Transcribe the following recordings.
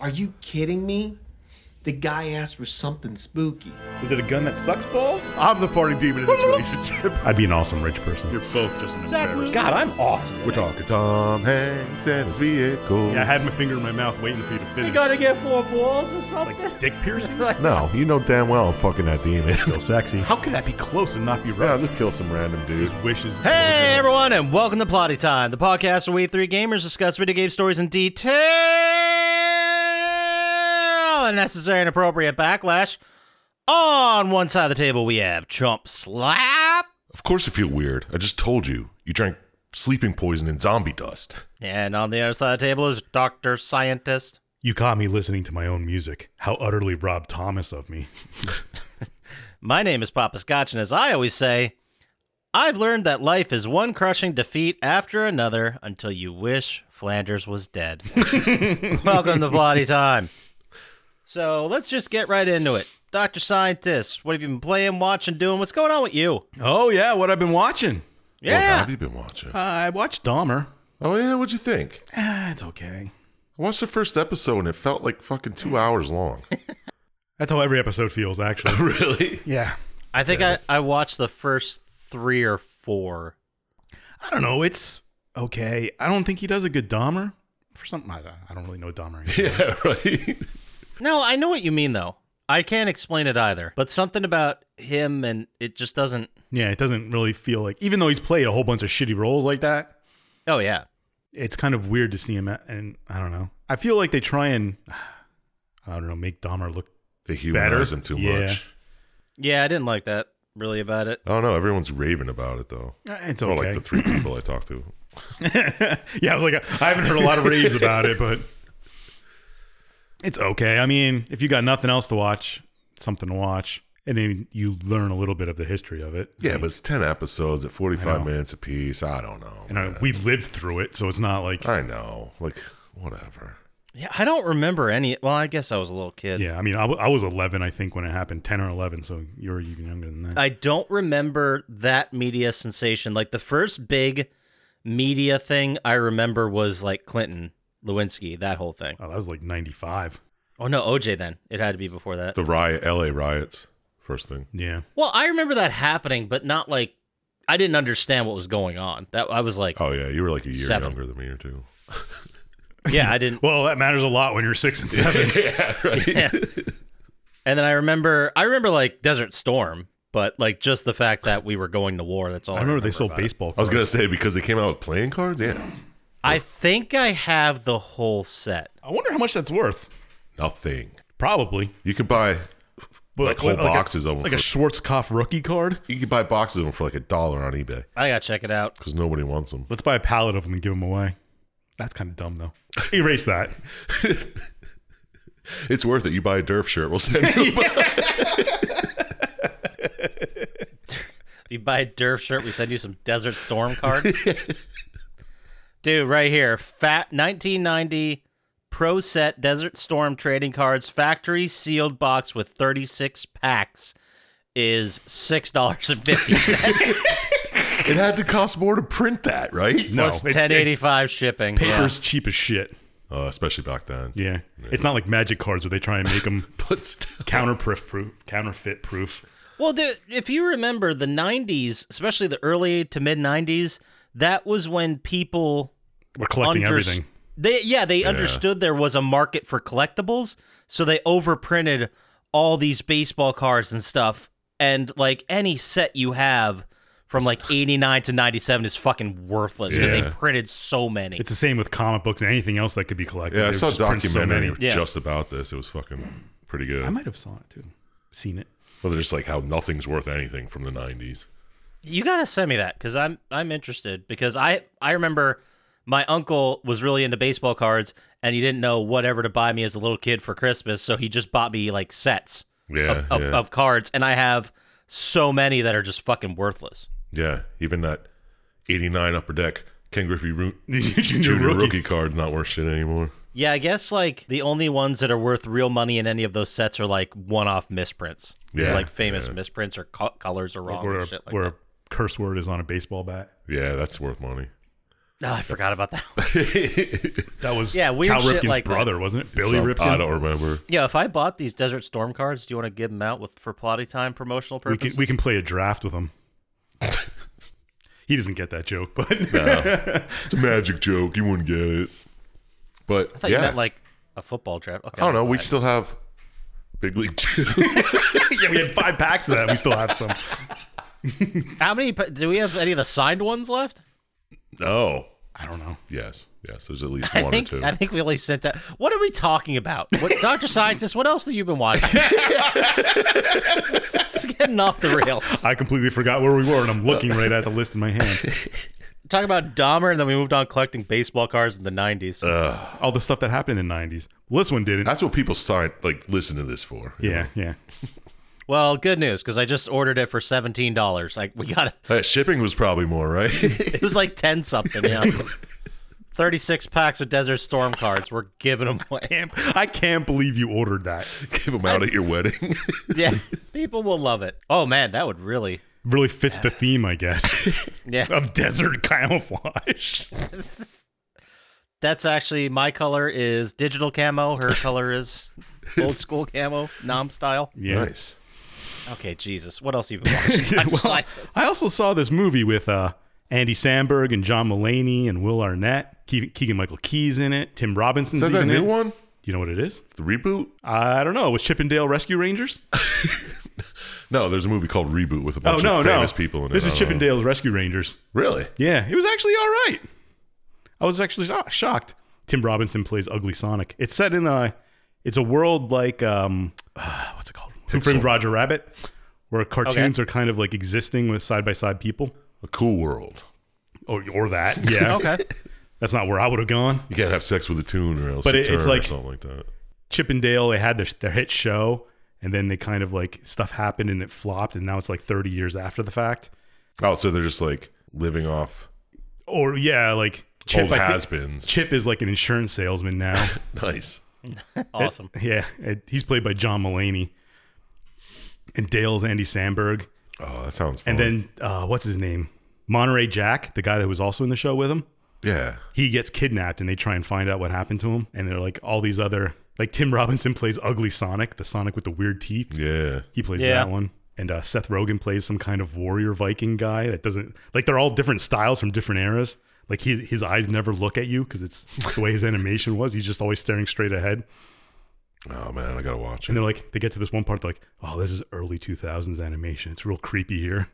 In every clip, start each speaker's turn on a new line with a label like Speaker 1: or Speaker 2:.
Speaker 1: Are you kidding me? The guy asked for something spooky.
Speaker 2: Is it a gun that sucks balls?
Speaker 3: I'm the farting demon in this relationship.
Speaker 4: I'd be an awesome rich person.
Speaker 5: You're both just an embarrassment.
Speaker 2: God, I'm awesome.
Speaker 3: We're talking Tom Hanks and his vehicle.
Speaker 5: Yeah, I had my finger in my mouth waiting for you to finish.
Speaker 6: You gotta get four balls or something.
Speaker 5: like dick piercings?
Speaker 3: No, you know damn well I'm fucking that demon.
Speaker 4: Still sexy.
Speaker 5: How could that be close and not be
Speaker 3: yeah, I'll
Speaker 5: right?
Speaker 3: just kill some random dude.
Speaker 5: His wishes.
Speaker 7: Hey everyone, and welcome to Plotty Time, the podcast where we three gamers discuss video game stories in detail and necessary and appropriate backlash. On one side of the table, we have Chump Slap,
Speaker 3: Of course I feel weird. I just told you. You drank sleeping poison and zombie dust.
Speaker 7: and on the other side of the table is Doctor Scientist.
Speaker 4: You caught me listening to my own music. How utterly Rob Thomas of me.
Speaker 7: My name is Papa Scotch, and as I always say, I've learned that life is one crushing defeat after another until you wish Flanders was dead. Welcome to Bloody Time. So let's just get right into it. Dr. Scientist, what have you been playing, watching, doing? What's going on with you?
Speaker 4: oh, yeah, what I've been watching.
Speaker 3: What
Speaker 7: Yeah.
Speaker 3: have you been watching?
Speaker 4: I watched Dahmer.
Speaker 3: Oh yeah, what'd you think?
Speaker 4: Ah, it's okay.
Speaker 3: I watched the first episode and it felt like fucking two hours long.
Speaker 4: That's how every episode feels, actually.
Speaker 3: really?
Speaker 4: yeah.
Speaker 7: I think I, I watched the first three or four.
Speaker 4: I don't know. It's okay. I don't think he does a good Dahmer. For something, I, I don't really know Dahmer. either.
Speaker 3: Yeah, right.
Speaker 7: No, I know what you mean, though. I can't explain it either, but something about him and it just doesn't.
Speaker 4: yeah, it doesn't really feel like, even though he's played a whole bunch of shitty roles like that,
Speaker 7: Oh, yeah.
Speaker 4: it's kind of weird to see him. At, and I don't know. I feel like they try and, I don't know, make Dahmer look.
Speaker 3: They humanize
Speaker 4: Better?
Speaker 3: him too
Speaker 4: Yeah.
Speaker 3: much.
Speaker 7: Yeah, I didn't like that really about it.
Speaker 3: I don't know. Everyone's raving about it though.
Speaker 4: Uh, It's
Speaker 3: Well,
Speaker 4: okay.
Speaker 3: like the three people I talked to.
Speaker 4: yeah, I was like, I haven't heard a lot of raves about it, but it's okay. I mean, if you got nothing else to watch, something to watch, and then you learn a little bit of the history of it.
Speaker 3: Yeah, but it's ten episodes at forty-five
Speaker 4: know.
Speaker 3: minutes apiece. I don't know.
Speaker 4: and I,
Speaker 3: man.
Speaker 4: we lived through it, so it's not like
Speaker 3: I know. Like whatever.
Speaker 7: Yeah, I don't remember any. Well, I guess I was a little kid.
Speaker 4: yeah. I mean, I, w- I was 11, I think, when it happened, 10 or 11, so you're even younger than that.
Speaker 7: I don't remember that media sensation. Like the first big media thing I remember was like Clinton, Lewinsky, that whole thing.
Speaker 4: oh, that was like 95.
Speaker 7: Oh no, OJ then. It had to be before that.
Speaker 3: The riot, L.A. riots. First thing.
Speaker 4: Yeah,
Speaker 7: Well, I remember that happening, but not like I didn't understand what was going on. That I was like,
Speaker 3: Oh yeah, you were like a year
Speaker 7: Seven.
Speaker 3: younger than me or two.
Speaker 7: yeah, I didn't.
Speaker 4: Well, that matters a lot when you're six and seven.
Speaker 3: yeah, right.
Speaker 7: Yeah. And then I remember I remember like Desert Storm, but like just the fact that we were going to war, that's all.
Speaker 4: I remember they sold
Speaker 7: about it.
Speaker 4: baseball.
Speaker 3: I was gonna
Speaker 4: cards.
Speaker 3: say because they came out with playing cards. Yeah,
Speaker 7: I think I have the whole set.
Speaker 4: I wonder how much that's worth.
Speaker 3: nothing.
Speaker 4: Probably,
Speaker 3: You can buy
Speaker 4: but
Speaker 3: Like whole
Speaker 4: a-
Speaker 3: boxes of 'em
Speaker 4: like a
Speaker 3: for-
Speaker 4: Schwarzkopf rookie card.
Speaker 3: you can buy boxes of them for like a dollar on eBay
Speaker 7: I got to check it out.
Speaker 3: because nobody wants them.
Speaker 4: Let's buy a pallet of them and give them away. That's kind of dumb, though. Erase that.
Speaker 3: It's worth it. You buy a Derf shirt, we'll send you.
Speaker 7: If you buy a Derf shirt, we send you some Desert Storm cards. Dude, right here, fat 1990 Pro Set Desert Storm trading cards, factory sealed box with 36 packs is six dollars and fifty cents
Speaker 3: it had to cost more to print that, right?
Speaker 4: No,
Speaker 7: plus
Speaker 4: it's-
Speaker 7: ten eighty five shipping.
Speaker 4: Paper's cheap as shit.
Speaker 3: Uh, especially back then.
Speaker 4: Yeah. it's not like magic cards where they try and make them
Speaker 3: But still,
Speaker 4: counterproof proof, counterfeit proof.
Speaker 7: Yeah. Well, dude, if you remember the '90s, especially the early to mid '90s, that was when people
Speaker 4: We're collecting
Speaker 7: underst-
Speaker 4: everything.
Speaker 7: They yeah, they understood there was a market for collectibles, so they overprinted all these baseball cards and stuff. And like any set you have from like 89 to 97 is fucking worthless because they
Speaker 3: Yeah.
Speaker 7: printed so many.
Speaker 4: It's the same with comic books and anything else that could be collected.
Speaker 3: yeah, I
Speaker 4: They
Speaker 3: saw a
Speaker 4: just print so many.
Speaker 3: documentary
Speaker 7: Yeah.
Speaker 3: just about this. It was fucking pretty good.
Speaker 4: I might have saw it too. Seen it.
Speaker 3: well, they're just like how nothing's worth anything from the '90s.
Speaker 7: you got to send me that cuz I'm I'm interested because I I remember my uncle was really into baseball cards and he didn't know whatever to buy me as a little kid for Christmas, so he just bought me like sets
Speaker 3: Yeah,
Speaker 7: of,
Speaker 3: yeah,
Speaker 7: of cards and I have so many that are just fucking worthless.
Speaker 3: yeah. Even that '89 Upper Deck Ken Griffey Root
Speaker 4: Junior
Speaker 3: Junior
Speaker 4: rookie.
Speaker 3: rookie. card not worth shit anymore.
Speaker 7: Yeah, I guess like the only ones that are worth real money in any of those sets are like one-off misprints.
Speaker 3: Yeah,
Speaker 7: like famous misprints or co- colors are wrong
Speaker 4: Where,
Speaker 7: or
Speaker 4: a-
Speaker 7: shit like
Speaker 4: where
Speaker 7: that.
Speaker 4: a curse word is on a baseball bat.
Speaker 3: Yeah, that's worth money.
Speaker 7: Oh, I forgot about that.
Speaker 4: That was
Speaker 7: Yeah, weird
Speaker 4: Cal
Speaker 7: shit
Speaker 4: Ripken's
Speaker 7: like that.
Speaker 4: brother, wasn't it? Billy
Speaker 3: Some-
Speaker 4: Ripken.
Speaker 3: I don't remember.
Speaker 7: yeah, if I bought these Desert Storm cards, do you want to give them out with for plotty time promotional
Speaker 4: we
Speaker 7: purposes?
Speaker 4: can we can play a draft with him. he doesn't get that joke, but
Speaker 3: It's a magic joke. You wouldn't get it. But
Speaker 7: I thought
Speaker 3: yeah,
Speaker 7: you meant like uh, a football draft. Okay,
Speaker 3: I don't know. We
Speaker 7: fine.
Speaker 3: still have Big League Two.
Speaker 4: yeah, we had five packs of that. We still have some.
Speaker 7: How many pa- do we have? Any of the signed ones left?
Speaker 3: no.
Speaker 4: I don't know.
Speaker 3: Yes. Yes. There's at least
Speaker 7: I
Speaker 3: one
Speaker 7: think
Speaker 3: or two.
Speaker 7: I think we only sent out. What are we talking about, what, Doctor Scientist? What else have you been watching? it's getting off the rails.
Speaker 4: I completely forgot where we were, and I'm looking right at the list in my hand.
Speaker 7: Talking about Dahmer, and then we moved on collecting baseball cards in the '90s.
Speaker 4: All the stuff that happened in the '90s. Well, this one didn't.
Speaker 3: That's what people sign like listen to this for.
Speaker 4: Yeah, yeah.
Speaker 7: well, good news because I just ordered it for seventeen dollars. Like we got
Speaker 3: That shipping was probably more, right?
Speaker 7: it was like ten something. Yeah, thirty-six packs of Desert Storm cards. We're giving them away.
Speaker 4: Can't- I can't believe you ordered that.
Speaker 3: Give them out at your wedding.
Speaker 7: Yeah, people will love it. Oh man, that would really.
Speaker 4: Really fits the theme, I guess,
Speaker 7: Yeah.
Speaker 4: of desert camouflage.
Speaker 7: That's actually my color is digital camo. Her color is old school camo, nom style.
Speaker 4: Yeah.
Speaker 3: Nice.
Speaker 7: Okay, Jesus. What else have you been watching? I'm just
Speaker 4: Well,
Speaker 7: like-
Speaker 4: I also saw this movie with uh, Andy Samberg and John Mulaney and Will Arnett, Keegan Michael Key's in it, Tim Robinson's
Speaker 3: Is that that
Speaker 4: even
Speaker 3: new
Speaker 4: in it.
Speaker 3: one?
Speaker 4: You know what it is?
Speaker 3: The reboot?
Speaker 4: I don't know. It was Chippendale Rescue Rangers?
Speaker 3: No, there's a movie called Reboot with a
Speaker 4: Oh
Speaker 3: bunch
Speaker 4: no,
Speaker 3: of
Speaker 4: no.
Speaker 3: famous people in it.
Speaker 4: this
Speaker 3: I
Speaker 4: is
Speaker 3: don't know.
Speaker 4: Chippendale's Rescue Rangers.
Speaker 3: Really?
Speaker 4: Yeah, it was actually all right. I was actually sho- shocked. Tim Robinson plays Ugly Sonic. It's set in a, it's a world like um, uh, what's it called? Who Framed Roger Rabbit, where cartoons are kind of like existing with side by side people,
Speaker 3: A cool world.
Speaker 4: or or that. Yeah, okay. That's not where I would have gone.
Speaker 3: You can't have sex with a tune or else.
Speaker 4: But
Speaker 3: you
Speaker 4: it- it's
Speaker 3: turn
Speaker 4: like-
Speaker 3: or something like that.
Speaker 4: Chippendale, they had their their hit show, and then they kind of like stuff happened and it flopped, and now it's like thirty years after the fact.
Speaker 3: Oh, so they're just like living off
Speaker 4: Or yeah, like Chip
Speaker 3: old
Speaker 4: I think-
Speaker 3: has-beens.
Speaker 4: Chip is like an insurance salesman now.
Speaker 3: Nice.
Speaker 7: awesome.
Speaker 4: Yeah, it- he's played by John Mulaney, and Dale's Andy Sandberg,
Speaker 3: Oh, that sounds fun.
Speaker 4: and then uh, what's his name? Monterey Jack, the guy that was also in the show with him.
Speaker 3: yeah.
Speaker 4: He gets kidnapped, and they try and find out what happened to him. And they're like all these other like Tim Robinson plays Ugly Sonic, the Sonic with the weird teeth.
Speaker 3: Yeah.
Speaker 4: He plays
Speaker 7: Yeah.
Speaker 4: that one. And uh, Seth Rogen plays some kind of warrior Viking guy that doesn't like they're all different styles from different eras. Like his his eyes never look at you because it's the way his animation was. He's just always staring straight ahead.
Speaker 3: Oh man, I gotta watch
Speaker 4: And
Speaker 3: it.
Speaker 4: they're like, they get to this one part, they're like, oh, this is early 2000s animation. It's real creepy here.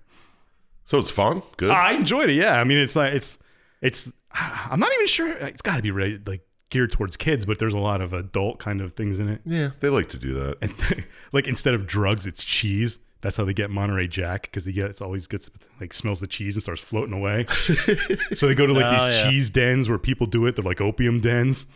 Speaker 3: So it's fun. Good.
Speaker 4: I enjoyed it. Yeah. I mean, it's not, it's, it's, I'm not even sure. It's got to be rated, like geared towards kids, but there's a lot of adult kind of things in it.
Speaker 3: yeah, they like to do that.
Speaker 4: And like instead of drugs, it's cheese. That's how they get Monterey Jack because he gets always gets like smells the cheese and starts floating away. so they go to like
Speaker 7: Oh,
Speaker 4: these
Speaker 7: yeah.
Speaker 4: cheese dens where people do it. They're like opium dens.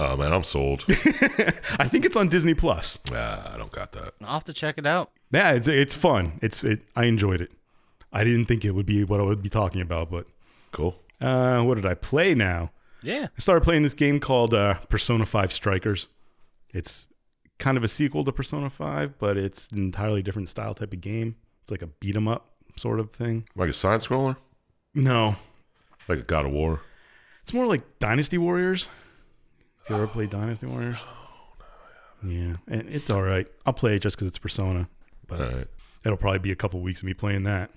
Speaker 3: Oh man, I'm sold.
Speaker 4: I think it's on Disney Plus.
Speaker 3: Ah, I don't got that.
Speaker 7: I'll have to check it out.
Speaker 4: Yeah, it's it's fun. It's it. I enjoyed it. I didn't think it would be what I would be talking about, but
Speaker 3: Cool.
Speaker 4: uh, what did I play now?
Speaker 7: Yeah.
Speaker 4: I started playing this game called uh, Persona Five Strikers. It's kind of a sequel to Persona Five, but it's an entirely different style type of game. It's like a beat 'em up sort of thing.
Speaker 3: Like a side scroller?
Speaker 4: No,
Speaker 3: Like a God of War.
Speaker 4: it's more like Dynasty Warriors. If you ever played Dynasty Warriors, yeah, and it's all right. I'll play it just because it's Persona.
Speaker 3: All right.
Speaker 4: It'll probably be a couple weeks of me playing that.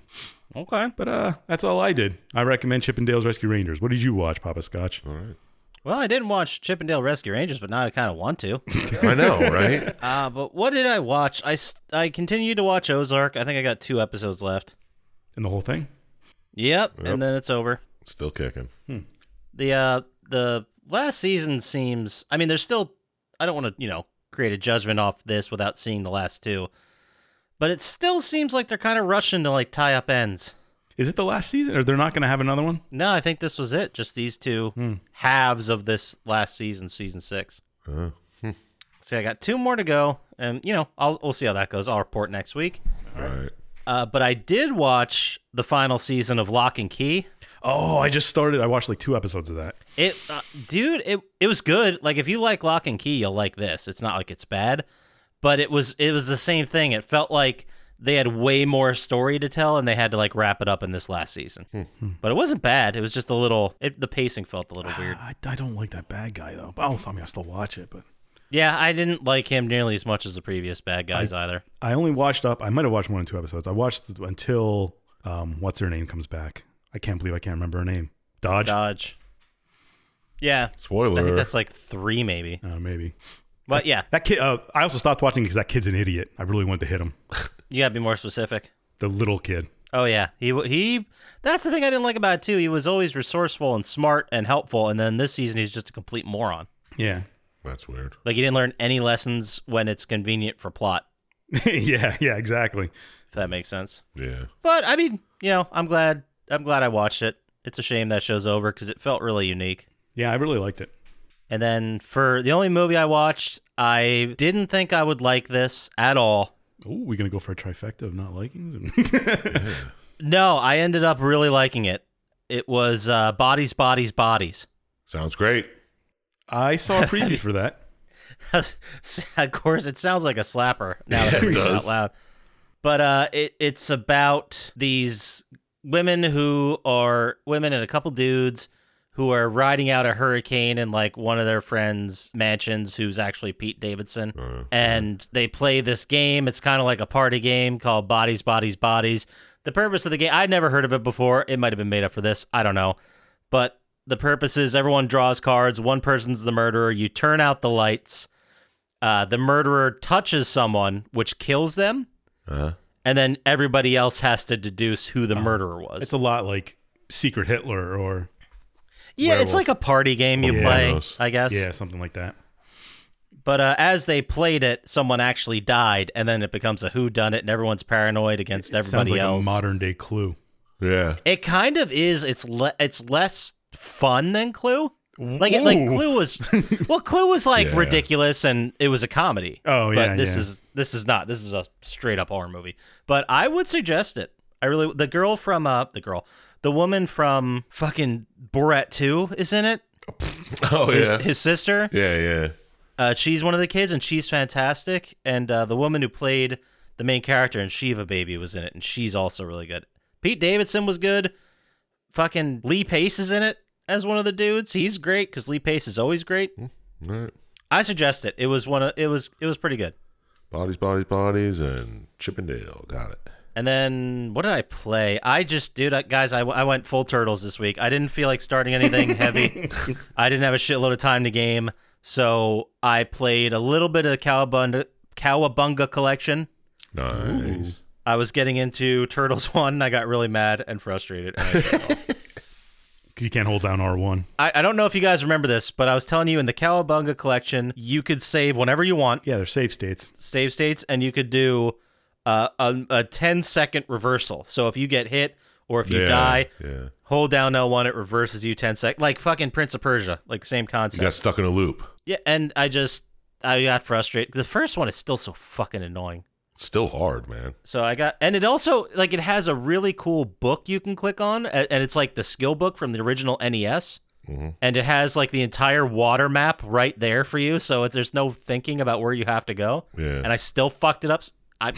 Speaker 7: Okay.
Speaker 4: But uh, that's all I did. I recommend Chippendale's Rescue Rangers. What did you watch, Papa Scotch?
Speaker 3: All right.
Speaker 7: Well, I didn't watch Chippendale Rescue Rangers, but now I kind of want to.
Speaker 3: I know, right?
Speaker 7: Uh, but what did I watch? I, s- I continued to watch Ozark. I think I got two episodes left.
Speaker 4: And the whole thing?
Speaker 7: Yep.
Speaker 3: Yep.
Speaker 7: And then it's over.
Speaker 3: Still kicking.
Speaker 7: the uh the last season seems i mean there's still i don't want to you know create a judgment off this without seeing the last two but it still seems like they're kind of rushing to like tie up ends
Speaker 4: Is it the last season? Or they're not going to have another one?
Speaker 7: no i think this was it just these two halves of this last season season six
Speaker 3: Uh,
Speaker 7: so i got two more to go and you know i'll we'll see how that goes i'll report next week
Speaker 3: all right.
Speaker 7: uh, but i did watch the final season of lock and key
Speaker 4: Oh, I just started. I watched like two episodes of that.
Speaker 7: It, uh, dude, it it was good. Like if you like Lock and Key, you'll like this. It's not like it's bad, but it was it was the same thing. It felt like they had way more story to tell and they had to like wrap it up in this last season. but it wasn't bad. It was just a little it, the pacing felt a little weird.
Speaker 4: I, I don't like that bad guy though. Oh, so I mean, I still watch it, but
Speaker 7: Yeah, I didn't like him nearly as much as the previous bad guys either.
Speaker 4: I only watched up. I might have watched one or two episodes. I watched until um, what's her name comes back. I can't believe I can't remember her name. Dodge.
Speaker 7: Dodge. Yeah. I
Speaker 3: Spoiler.
Speaker 7: think that's like 3 maybe.
Speaker 4: Uh, maybe
Speaker 7: But yeah,
Speaker 4: that kid. Uh, I also stopped watching because that kid's an idiot. I really wanted to hit him.
Speaker 7: you got to be more specific.
Speaker 4: The little kid.
Speaker 7: Oh yeah, he w- he. That's the thing I didn't like about it too. He was always resourceful and smart and helpful, and then this season he's just a complete moron.
Speaker 4: Yeah.
Speaker 3: That's weird.
Speaker 7: Like he didn't learn any lessons when it's convenient for plot.
Speaker 4: yeah. Yeah. Exactly.
Speaker 7: If that makes sense.
Speaker 3: Yeah.
Speaker 7: But I mean, you know, I'm glad. I'm glad I watched it. It's a shame that show's over because it felt really unique.
Speaker 4: Yeah. I really liked it.
Speaker 7: And then for the only movie I watched, I didn't think I would like this at all.
Speaker 4: Oh, we gonna go for a trifecta of not liking?
Speaker 7: No, I ended up really liking it. It was uh, Bodies, Bodies, Bodies.
Speaker 3: Sounds great.
Speaker 4: I saw a preview for that.
Speaker 7: of course, it sounds like a slapper now that
Speaker 3: Yeah,
Speaker 7: I'm
Speaker 3: it
Speaker 7: reading it out
Speaker 3: does.
Speaker 7: loud. But uh, it, it's about these women who are women and a couple dudes who are riding out a hurricane in like one of their friends' mansions, who's actually Pete Davidson. and they play this game. It's kind of like a party game called Bodies, Bodies, Bodies. The purpose of the game, I'd never heard of it before. It might have been made up for this. I don't know. But the purpose is everyone draws cards. One person's the murderer. You turn out the lights. Uh, the murderer touches someone, which kills them.
Speaker 3: Uh-huh.
Speaker 7: And then everybody else has to deduce who the murderer was.
Speaker 4: It's a lot like Secret Hitler or
Speaker 7: yeah, it's like a party game you
Speaker 4: Yeah.
Speaker 7: play,
Speaker 3: Yes.
Speaker 7: I guess.
Speaker 4: yeah, something like that.
Speaker 7: But uh, as they played it, someone actually died, and then it becomes a who done it, and everyone's paranoid against
Speaker 4: Sounds
Speaker 7: everybody
Speaker 4: like
Speaker 7: else.
Speaker 4: a modern day Clue.
Speaker 3: Yeah.
Speaker 7: It kind of is. It's le- it's less fun than Clue. Like it, like
Speaker 4: Ooh.
Speaker 7: Clue was well, Clue was like
Speaker 3: Yeah.
Speaker 7: ridiculous and it was a comedy.
Speaker 4: Oh, yeah,
Speaker 7: but this
Speaker 4: yeah.
Speaker 7: is this is not. This is a straight up horror movie. But I would suggest it. I really the girl from uh the girl the woman from fucking Borat Two is in it.
Speaker 3: Oh
Speaker 7: His,
Speaker 3: yeah.
Speaker 7: his sister.
Speaker 3: Yeah, yeah.
Speaker 7: Uh, she's one of the kids, and she's fantastic. And uh, the woman who played the main character in Shiva Baby was in it, and she's also really good. Pete Davidson was good. Fucking Lee Pace is in it as one of the dudes. He's great because Lee Pace is always great.
Speaker 3: All right.
Speaker 7: I suggest it. It was one. Of, it was. It was pretty good.
Speaker 3: Bodies, bodies, bodies, and Chippendale. Got it.
Speaker 7: And then what did I play? I just, dude, I, guys, I, w- I went full turtles this week. I didn't feel like starting anything heavy. I didn't have a shitload of time to game, so I played a little bit of the Cowabunga, Cowabunga collection.
Speaker 3: Nice.
Speaker 7: I was getting into Turtles One, and I got really mad and frustrated. and I, gave up.
Speaker 4: 'Cause you can't hold down R one.
Speaker 7: I, I don't know if you guys remember this, but I was telling you in the Cowabunga collection, you could save whenever you want,
Speaker 4: Yeah, they're safe states.
Speaker 7: save states, and you could do uh, a, a 10 second reversal. So if you get hit or if you
Speaker 3: yeah.
Speaker 7: die,
Speaker 3: Yeah.
Speaker 7: hold down L1, it reverses you 10 sec, like fucking Prince of Persia, like same
Speaker 3: You
Speaker 7: concept.
Speaker 3: got stuck in a loop.
Speaker 7: Yeah, and I just I got frustrated. The first one is still so fucking annoying.
Speaker 3: It's still hard, man.
Speaker 7: So I got, and it also like it has a really cool book you can click on, a- and it's like the skill book from the original NES, and it has like the entire water map right there for you. So it, there's no thinking about where you have to go.
Speaker 3: Yeah.
Speaker 7: And I still fucked it up. s- I.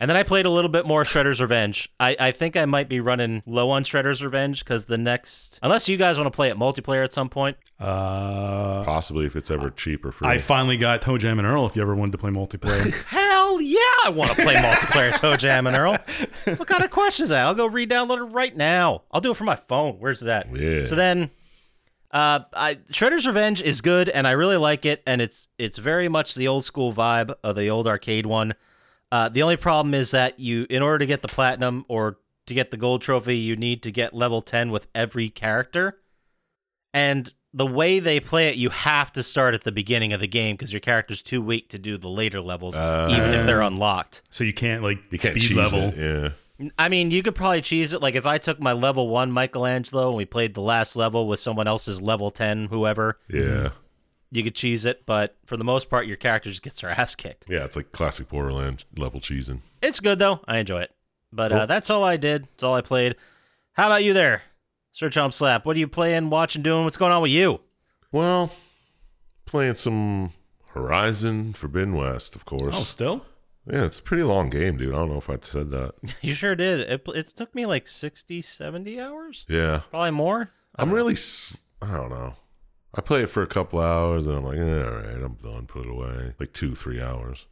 Speaker 7: And then I played a little bit more Shredder's Revenge. I, I think I might be running low on Shredder's Revenge because the next, unless you guys want to play it multiplayer at some point,
Speaker 4: Uh,
Speaker 3: Possibly if it's ever cheap or free.
Speaker 4: I finally got Toe Jam and Earl. If you ever wanted to play multiplayer,
Speaker 7: Hell yeah, I want to play multiplayer Toe Jam and Earl. What kind of question is that? I'll go re-download it right now. I'll do it from my phone. Where's that?
Speaker 3: Yeah.
Speaker 7: So then, uh, I, Shredder's Revenge is good, and I really like it, and it's it's very much the old school vibe of the old arcade one. Uh, the only problem is that you, in order to get the platinum or to get the gold trophy, you need to get level ten with every character, and the way they play it, you have to start at the beginning of the game because your character's too weak to do the later levels, even if they're unlocked.
Speaker 4: so you can't like
Speaker 3: you can't
Speaker 4: speed
Speaker 3: cheese
Speaker 4: level.
Speaker 3: it. Yeah.
Speaker 7: I mean, you could probably cheese it. Like if I took my level one Michelangelo and we played the last level with someone else's level ten, whoever,
Speaker 4: Mm-hmm.
Speaker 3: Yeah.
Speaker 7: you could cheese it. But for the most part, your character just gets their ass kicked.
Speaker 3: Yeah. It's like classic Borderland level cheesing.
Speaker 7: It's good though. I enjoy it. But uh, that's all I did. That's all I played. How about you there, Sir Chomp Slap? What are you playing, watching, doing? What's going on with you?
Speaker 3: Well, playing some Horizon Forbidden West, of
Speaker 4: Oh,
Speaker 3: course.
Speaker 4: still?
Speaker 3: Yeah, it's a pretty long game, dude. I don't know if I said that.
Speaker 7: You sure did. It, it took me like 60, 70 hours?
Speaker 3: Yeah.
Speaker 7: Probably more.
Speaker 3: I'm really, s- I don't know. I play it for a couple hours and I'm like, eh, all right, I'm done. Put it away. Like two, three hours.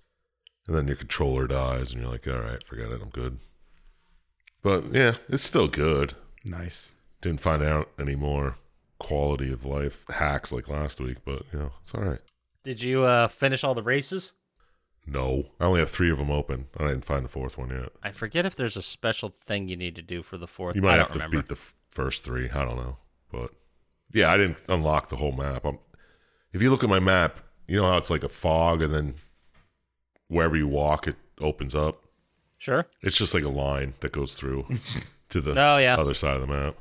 Speaker 3: And then your controller dies and you're like, all right, forget it. I'm good. But yeah, it's still good.
Speaker 4: Nice.
Speaker 3: Didn't find out any more quality of life hacks like last week, but you know, it's all right.
Speaker 7: Did you uh, finish all the races?
Speaker 3: No, I only have three of them open. I didn't find the fourth one yet.
Speaker 7: I forget if there's a special thing you need to do for the fourth.
Speaker 3: You
Speaker 7: I
Speaker 3: might
Speaker 7: don't
Speaker 3: have to
Speaker 7: remember.
Speaker 3: beat the f- first three. I don't know, but yeah, I didn't unlock the whole map. I'm, if you look at my map, you know how it's like a fog, and then wherever you walk, it opens up.
Speaker 7: Sure.
Speaker 3: It's just like a line that goes through to the
Speaker 7: Oh, yeah.
Speaker 3: other side of the map.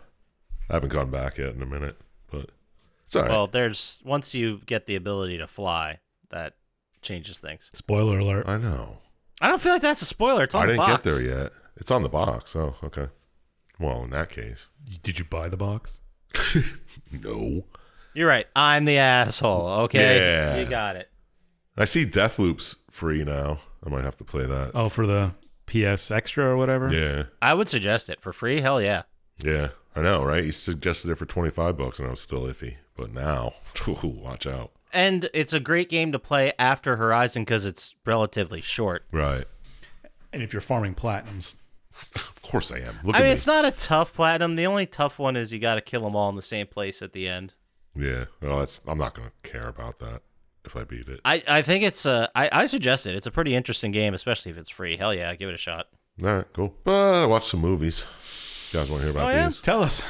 Speaker 3: I haven't gone back yet in a minute, but it's all right.
Speaker 7: Well, there's once you get the ability to fly, that changes things.
Speaker 4: Spoiler alert.
Speaker 3: I know.
Speaker 7: I don't feel like that's a spoiler. It's on
Speaker 3: I
Speaker 7: the
Speaker 3: didn't
Speaker 7: box.
Speaker 3: get there yet. It's on the box. Oh, okay. Well, in that case,
Speaker 4: Did you buy the box?
Speaker 3: no.
Speaker 7: You're right. I'm the asshole. Okay.
Speaker 3: Yeah.
Speaker 7: You got it.
Speaker 3: I see Deathloop's free now. I might have to play that.
Speaker 4: Oh, for the PS Extra or whatever.
Speaker 3: Yeah.
Speaker 7: I would suggest it for free. Hell yeah.
Speaker 3: Yeah, I know, right? You suggested it for 25 bucks and I was still iffy. But now, watch out.
Speaker 7: And it's a great game to play after Horizon because it's relatively short.
Speaker 3: Right.
Speaker 4: And if you're farming platinums,
Speaker 3: Of course I am. Look
Speaker 7: I
Speaker 3: at
Speaker 7: mean,
Speaker 3: me.
Speaker 7: it's not a tough platinum. The only tough one is you got to kill them all in the same place at the end.
Speaker 3: yeah. Well, that's I'm not going to care about that if I beat it.
Speaker 7: I, I think it's uh I, I suggest it. It's a pretty interesting game, especially if it's free. Hell yeah, give it a shot.
Speaker 3: All right, cool. But I watched some movies. You guys want to hear about
Speaker 7: Oh, yeah?
Speaker 3: these?
Speaker 4: tell us.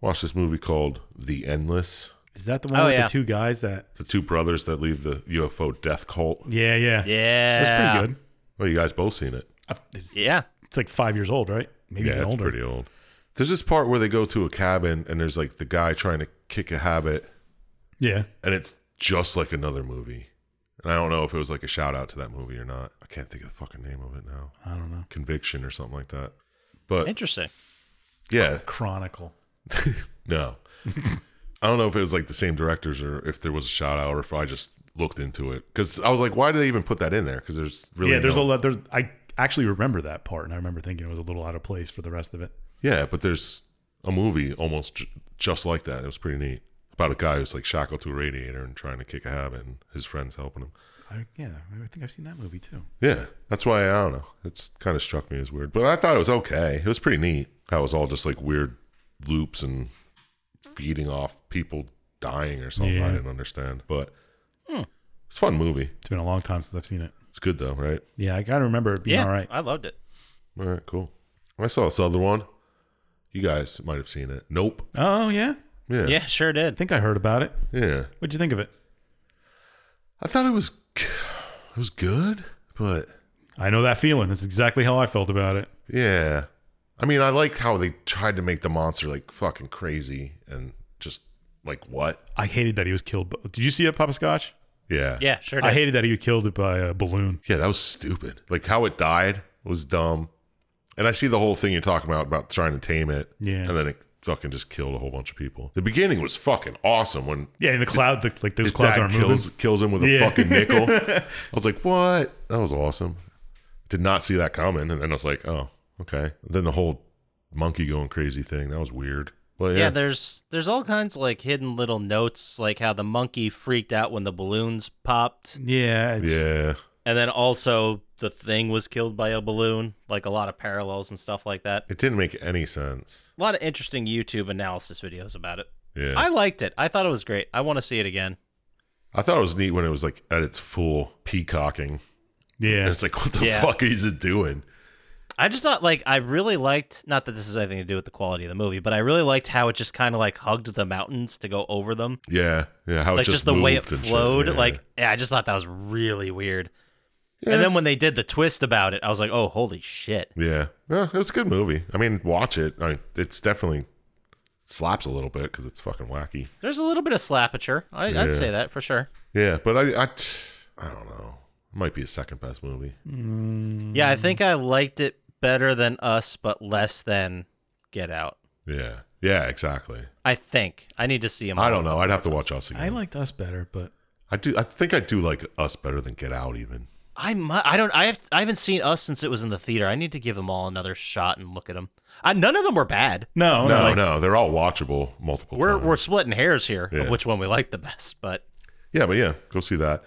Speaker 3: Watch this movie called The Endless.
Speaker 4: Is that the one
Speaker 7: Oh,
Speaker 4: with
Speaker 7: yeah.
Speaker 4: the two guys that?
Speaker 3: The two brothers that leave the UFO death cult.
Speaker 4: Yeah, yeah.
Speaker 7: Yeah,
Speaker 4: That's pretty good.
Speaker 3: Well, you guys both seen it.
Speaker 4: I've- It's,
Speaker 7: Yeah,
Speaker 4: it's like five years old, right? Maybe
Speaker 3: yeah,
Speaker 4: even
Speaker 3: it's
Speaker 4: older.
Speaker 3: pretty old. There's this part where they go to a cabin and there's like the guy trying to kick a habit
Speaker 4: Yeah.
Speaker 3: and it's just like another movie. And I don't know if it was like a shout out to that movie or not. I can't think of the fucking name of it now.
Speaker 4: I don't know.
Speaker 3: Conviction or something like that. But
Speaker 7: interesting.
Speaker 3: yeah,
Speaker 4: Chronicle.
Speaker 3: no. I don't know if it was like the same directors or if there was a shout out or if I just looked into it because I was like, why do they even put that in there? Because there's really
Speaker 4: yeah, there's
Speaker 3: no-
Speaker 4: a lot. There's, I actually remember that part, and I remember thinking it was a little out of place for the rest of it.
Speaker 3: yeah, but there's a movie almost j- just like that. It was pretty neat about a guy who's like shackled to a radiator and trying to kick a habit and his friends helping him.
Speaker 4: I, yeah, I think I've seen that movie too.
Speaker 3: Yeah, that's why I don't know. It's kind of struck me as weird, but I thought it was okay. It was pretty neat. That was all just like weird loops and feeding off people dying or something. I
Speaker 4: Yeah.
Speaker 3: didn't understand, but it's a fun movie.
Speaker 4: It's been a long time since I've seen it.
Speaker 3: It's good though, right?
Speaker 4: Yeah, I gotta remember it being
Speaker 7: Yeah,
Speaker 4: all right.
Speaker 7: I loved it.
Speaker 3: All right, cool. I saw this other one. You guys might have seen it. Nope.
Speaker 4: Oh yeah,
Speaker 3: Yeah.
Speaker 7: Yeah, sure
Speaker 4: I
Speaker 7: did.
Speaker 4: think I heard about it.
Speaker 3: Yeah.
Speaker 4: What'd you think of it?
Speaker 3: I thought it was it was good, but
Speaker 4: I know that feeling. That's exactly how I felt about it.
Speaker 3: Yeah. I mean, I liked how they tried to make the monster like fucking crazy and just like what?
Speaker 4: I hated that he was killed. bu- Did you see it, Papa Scotch?
Speaker 3: Yeah.
Speaker 7: Yeah, sure did.
Speaker 4: I hated that he was killed by a balloon.
Speaker 3: Yeah, that was stupid. Like how it died was dumb. And I see the whole thing you're talking about about trying to tame it.
Speaker 4: Yeah.
Speaker 3: And then it fucking just killed a whole bunch of people. The beginning was fucking awesome when
Speaker 4: Yeah, in the cloud, the, like those
Speaker 3: his
Speaker 4: clouds
Speaker 3: dad
Speaker 4: aren't
Speaker 3: kills
Speaker 4: moving.
Speaker 3: kills him with a
Speaker 4: Yeah.
Speaker 3: fucking nickel. I was like, what? That was awesome. Did not see that coming. And then I was like, oh, okay. Then the whole monkey going crazy thing, that was weird. But
Speaker 7: yeah.
Speaker 3: yeah,
Speaker 7: there's there's all kinds of like hidden little notes, like how the monkey freaked out when the balloons popped,
Speaker 4: Yeah, it's,
Speaker 3: yeah.
Speaker 7: and then also the thing was killed by a balloon. Like a lot of parallels and stuff like that.
Speaker 3: It didn't make any sense.
Speaker 7: A lot of interesting YouTube analysis videos about it.
Speaker 3: Yeah.
Speaker 7: I
Speaker 3: I,
Speaker 7: liked it. I thought it was great. I want to see it again.
Speaker 3: thought it was neat when it was like at its full peacocking. And
Speaker 4: yeah.
Speaker 3: it's like, what the
Speaker 7: Yeah.
Speaker 3: fuck is it doing?
Speaker 7: I just thought like I really liked not that this has anything to do with the quality of the movie, but I really liked how it just kind of like hugged the mountains to go over them,
Speaker 3: Yeah. Yeah. How
Speaker 7: like
Speaker 3: Oh, it just,
Speaker 7: just, the way it
Speaker 3: moved and shit.
Speaker 7: flowed.
Speaker 3: Yeah.
Speaker 7: Like yeah, I just thought that was really weird.
Speaker 3: Yeah.
Speaker 7: And then when they did the twist about it, I was like, oh holy shit!
Speaker 3: Yeah. Yeah, it was a good movie. I mean, watch it. I, it's definitely slaps a little bit because it's fucking wacky.
Speaker 7: There's a little bit of slapature. I,
Speaker 3: Yeah.
Speaker 7: I'd say that for sure.
Speaker 3: Yeah, but I, I, t- I don't know. It might be his second best movie.
Speaker 7: Yeah, I think I liked it better than Us, but less than Get Out.
Speaker 3: Yeah. Yeah, exactly.
Speaker 7: I think I need to see him.
Speaker 3: I don't know. I'd have to watch Us again.
Speaker 4: I liked us better, but
Speaker 3: I do. I think I do like Us better than Get Out. Even
Speaker 7: I mu- I don't I have I haven't seen us since it was in the theater. I need to give them all another shot and look at them. I, none of them were bad.
Speaker 4: No, no.
Speaker 3: No, no, they're all watchable multiple
Speaker 7: Oh, We're
Speaker 3: times.
Speaker 7: we're splitting hairs here
Speaker 3: Yeah.
Speaker 7: of which one we like the best, but
Speaker 3: Yeah, but yeah, go see that.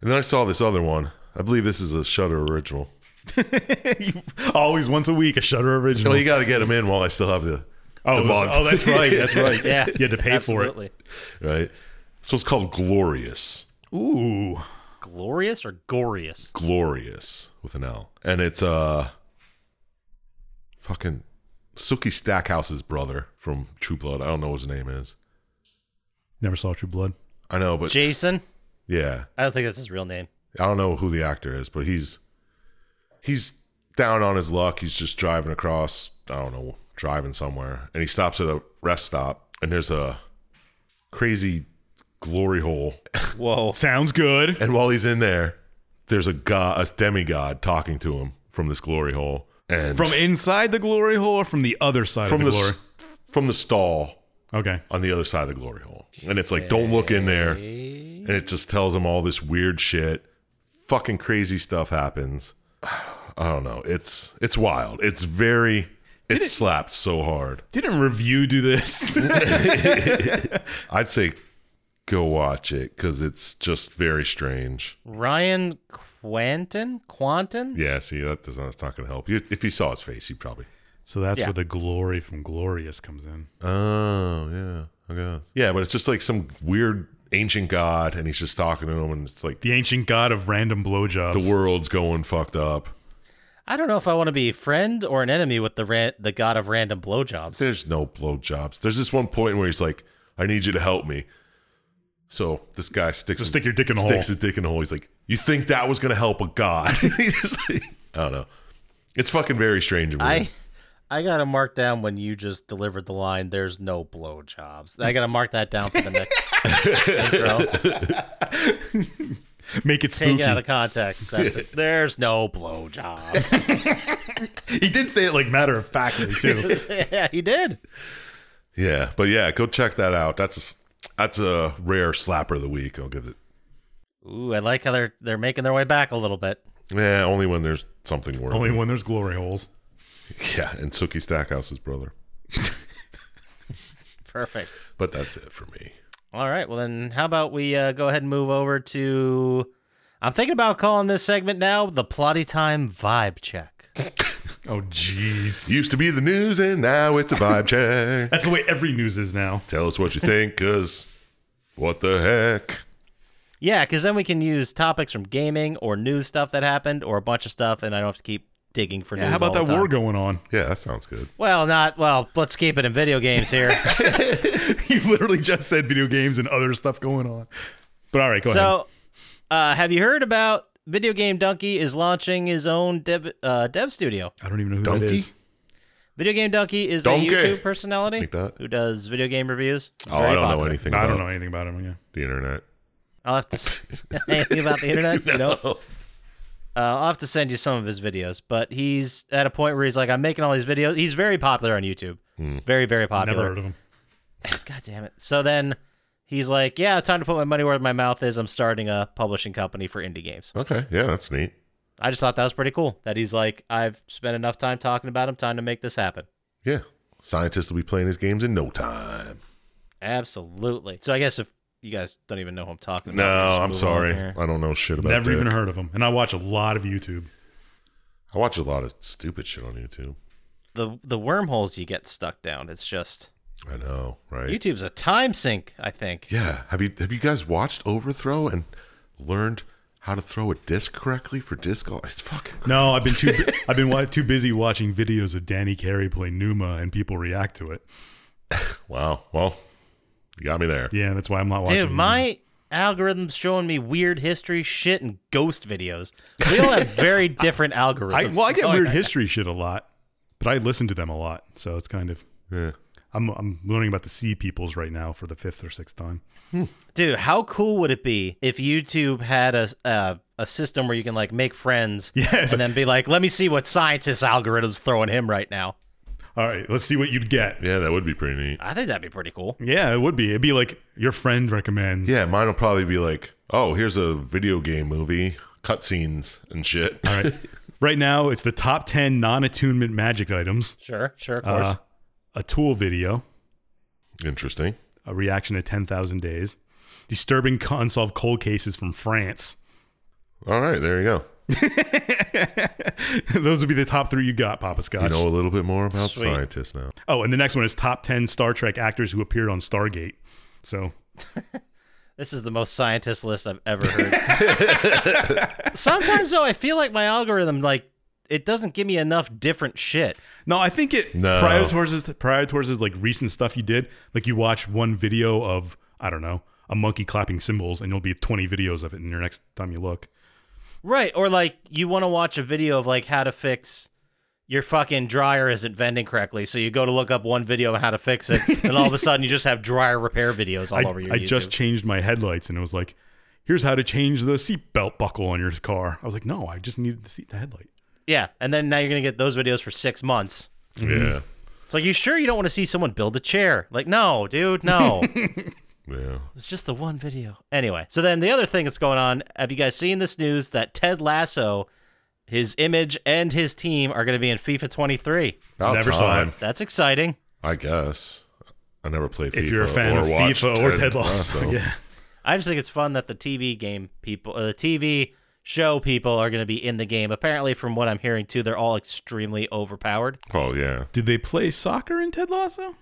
Speaker 3: And then I saw this other one. I believe this is a Shutter original.
Speaker 4: You- Always once a week, a Shutter original.
Speaker 3: Well, you got to get them in while I still have the,
Speaker 4: oh,
Speaker 3: the month.
Speaker 4: oh, that's right. That's right.
Speaker 7: Yeah.
Speaker 4: you had to pay
Speaker 7: absolutely
Speaker 3: right. This one's called Glorious.
Speaker 4: for it. Ooh,
Speaker 7: glorious or glorious.
Speaker 3: Glorious with an L. And it's uh fucking Sookie Stackhouse's brother from True Blood. I don't know what his name is.
Speaker 4: never saw True Blood.
Speaker 3: I know, but
Speaker 7: Jason.
Speaker 3: yeah.
Speaker 7: I don't think that's his real name.
Speaker 3: I don't know who the actor is, but he's he's down on his luck. He's just driving across, I don't know, driving somewhere, and he stops at a rest stop, and there's a crazy glory hole.
Speaker 7: Whoa.
Speaker 4: Sounds good.
Speaker 3: And while he's in there, there's a god, a demigod, talking to him from this glory hole, and
Speaker 4: From inside the glory hole or from the other side
Speaker 3: from
Speaker 4: of the,
Speaker 3: the,
Speaker 4: glory?
Speaker 3: s- from the stall
Speaker 4: Okay.
Speaker 3: on the other side of the glory hole, and it's like, don't look in there, and it just tells him all this weird shit. Fucking crazy stuff happens. I don't know. It's it's wild. It's very. It slapped so hard.
Speaker 4: Didn't review do this?
Speaker 3: I'd say go watch it because it's just very strange.
Speaker 7: Ryan Quantin? Quantin?
Speaker 3: Yeah, see, that does not, that's not going to help. You, if you saw his face, you'd probably
Speaker 4: so that's
Speaker 7: Yeah.
Speaker 4: where the glory from Glorious comes in.
Speaker 3: Oh yeah, I guess. Yeah, but it's just like some weird ancient god, and he's just talking to him, and it's like
Speaker 4: The ancient god of random blowjobs.
Speaker 3: the world's going fucked up.
Speaker 7: I don't know if I want to be friend or an enemy with the ran- the god of random blowjobs.
Speaker 3: There's no blowjobs. There's this one point where he's like, "I need you to help me." So this guy sticks
Speaker 4: Just stick your dick in a
Speaker 3: sticks
Speaker 4: hole.
Speaker 3: his dick in a hole. He's like, "You think that was gonna help a god?" He just like- I don't know. It's fucking very strange. And weird.
Speaker 7: I I got to mark down when you just delivered the line there's no blowjobs. I got to mark that down for the next intro.
Speaker 4: Make it
Speaker 7: Take
Speaker 4: spooky.
Speaker 7: it out of context. That's it. There's no blowjobs.
Speaker 4: he did say it like matter of factly too.
Speaker 7: yeah, he did.
Speaker 3: yeah, but yeah, go check that out. That's a s- that's a rare slapper of the week. I'll give it.
Speaker 7: Ooh, I like how they're they're making their way back a little bit.
Speaker 3: Yeah, Eh, only when there's something worth.
Speaker 4: Only
Speaker 3: it.
Speaker 4: when there's glory holes.
Speaker 3: Yeah, and Sookie Stackhouse's brother.
Speaker 7: Perfect.
Speaker 3: But that's it for me.
Speaker 7: All right. Well, then, how about we uh, go ahead and move over to? I'm thinking about calling this segment now the Plotty Time Vibe Check.
Speaker 4: Oh jeez.
Speaker 3: Used to be the news, and now it's a vibe check.
Speaker 4: That's the way every news is now.
Speaker 3: Tell us what you think, because what the heck?
Speaker 7: Yeah, because then we can use topics from gaming or news stuff that happened or a bunch of stuff, and I don't have to keep digging for news.
Speaker 4: How about
Speaker 7: all
Speaker 4: that
Speaker 7: the
Speaker 4: war
Speaker 7: time.
Speaker 4: going on?
Speaker 3: Yeah, that sounds good.
Speaker 7: Well, not well. Let's keep it in video games here.
Speaker 4: you literally just said video games and other stuff going on. But all right, go ahead.
Speaker 7: so, uh, have you heard about Video Game Donkey is launching his own dev uh, dev studio?
Speaker 4: I don't even know who that
Speaker 3: Donkey?
Speaker 4: is.
Speaker 7: Video Game Donkey is
Speaker 3: Donkey.
Speaker 7: a YouTube personality
Speaker 3: Like that.
Speaker 7: who does video game reviews. It's
Speaker 3: Oh,
Speaker 7: very
Speaker 3: I don't know
Speaker 7: popular.
Speaker 3: anything
Speaker 4: I
Speaker 3: about
Speaker 4: don't know anything about him. Yeah.
Speaker 3: the internet.
Speaker 7: I'll have to s- anything about the internet. You know, uh, I'll have to send you some of his videos. But he's at a point where he's like, I'm making all these videos. He's very popular on YouTube.
Speaker 3: Hmm.
Speaker 7: Very, very
Speaker 4: Never
Speaker 7: popular.
Speaker 4: heard of him.
Speaker 7: God damn it. So then he's like, Yeah, time to put my money where my mouth is. I'm starting a publishing company for indie games.
Speaker 3: Okay, yeah, that's neat.
Speaker 7: I just thought that was pretty cool. That he's like, I've spent enough time talking about him. Time to make this happen.
Speaker 3: Yeah, scientists will be playing his games in no time.
Speaker 7: Absolutely. So I guess if you guys don't even know who I'm talking
Speaker 3: No,
Speaker 7: about, just
Speaker 3: I'm
Speaker 7: move
Speaker 3: sorry.
Speaker 7: on here.
Speaker 3: I don't know shit about
Speaker 4: Never
Speaker 3: that.
Speaker 4: even heard of him. And I watch a lot of YouTube.
Speaker 3: I watch a lot of stupid shit on YouTube.
Speaker 7: The the wormholes you get stuck down. It's just
Speaker 3: I know, right?
Speaker 7: YouTube's a time sink. I think.
Speaker 3: Yeah. Have you have you guys watched Overthrow and learned how to throw a disc correctly for disc golf? It's fucking
Speaker 4: No, I've been too I've been wa- too busy watching videos of Danny Carey play Numa and people react to it.
Speaker 3: Wow. Well, you got me there.
Speaker 4: Yeah, that's why I'm not watching.
Speaker 7: Dude,
Speaker 4: him.
Speaker 7: my algorithm's showing me weird history shit and ghost videos. We all have very different algorithms.
Speaker 4: I, well, I get
Speaker 7: Oh,
Speaker 4: weird
Speaker 7: yeah.
Speaker 4: history shit a lot, but I listen to them a lot, so it's kind of
Speaker 3: Yeah.
Speaker 4: I'm I'm learning about the sea peoples right now for the fifth or sixth time.
Speaker 7: Dude, how cool would it be if YouTube had a a, a system where you can like make friends
Speaker 4: Yeah.
Speaker 7: and then be like, "Let me see what scientist algorithms throwing him right now."
Speaker 4: All right, let's see what you'd get.
Speaker 3: Yeah, that would be pretty neat.
Speaker 7: I think that'd be pretty cool.
Speaker 4: Yeah, it would be. It'd be like your friend recommends.
Speaker 3: Yeah, mine will probably be like, oh, here's a video game movie cutscenes and shit.
Speaker 4: All right. right now, it's the top 10 non attunement magic items
Speaker 7: Sure, sure, of course.
Speaker 4: uh, a tool video,
Speaker 3: Interesting.
Speaker 4: a reaction to 10,000 days, disturbing co- unsolved cold cases from France.
Speaker 3: All right, there you go.
Speaker 4: Those would be the top three you got, Papa Scotch.
Speaker 3: You know a little bit more about
Speaker 7: Sweet.
Speaker 3: scientists now.
Speaker 4: oh, and the next one is top 10 Star Trek actors who appeared on Stargate. So,
Speaker 7: This is the most scientist list I've ever heard. Sometimes though, I feel like my algorithm like it doesn't give me enough different shit.
Speaker 4: no, I think it
Speaker 3: No.
Speaker 4: prioritizes, prioritizes like recent stuff you did. Like you watch one video of, I don't know, a monkey clapping cymbals, and you'll be 20 videos of it in your next time you look.
Speaker 7: Right, or like you want to watch a video of like how to fix your fucking dryer isn't venting correctly, so you go to look up one video on how to fix it, and all of a sudden you just have dryer repair videos all
Speaker 4: I,
Speaker 7: over your
Speaker 4: I
Speaker 7: YouTube.
Speaker 4: just changed my headlights and it was like, here's how to change the seatbelt buckle on your car. I was like, no, I just needed the, seat, the headlight.
Speaker 7: yeah, and then now you're gonna get those videos for six months.
Speaker 4: Mm-hmm.
Speaker 3: Yeah.
Speaker 7: It's like you sure you don't want to see someone build a chair? Like, no, dude, no.
Speaker 3: Yeah.
Speaker 7: It was just the one video. Anyway, so then the other thing that's going on, have you guys seen this news that Ted Lasso, his image and his team are going to be in FIFA 23?
Speaker 3: About
Speaker 4: Never saw it.
Speaker 7: That's exciting.
Speaker 3: I guess. I never played FIFA.
Speaker 4: If you're a fan
Speaker 3: or
Speaker 4: of
Speaker 3: watched
Speaker 4: FIFA or Ted Lasso. Yeah.
Speaker 7: I just think it's fun that the TV game people, uh, the TV show people are going to be in the game. Apparently, from what I'm hearing too, they're all extremely overpowered.
Speaker 3: Oh, yeah.
Speaker 4: Did they play soccer in Ted Lasso?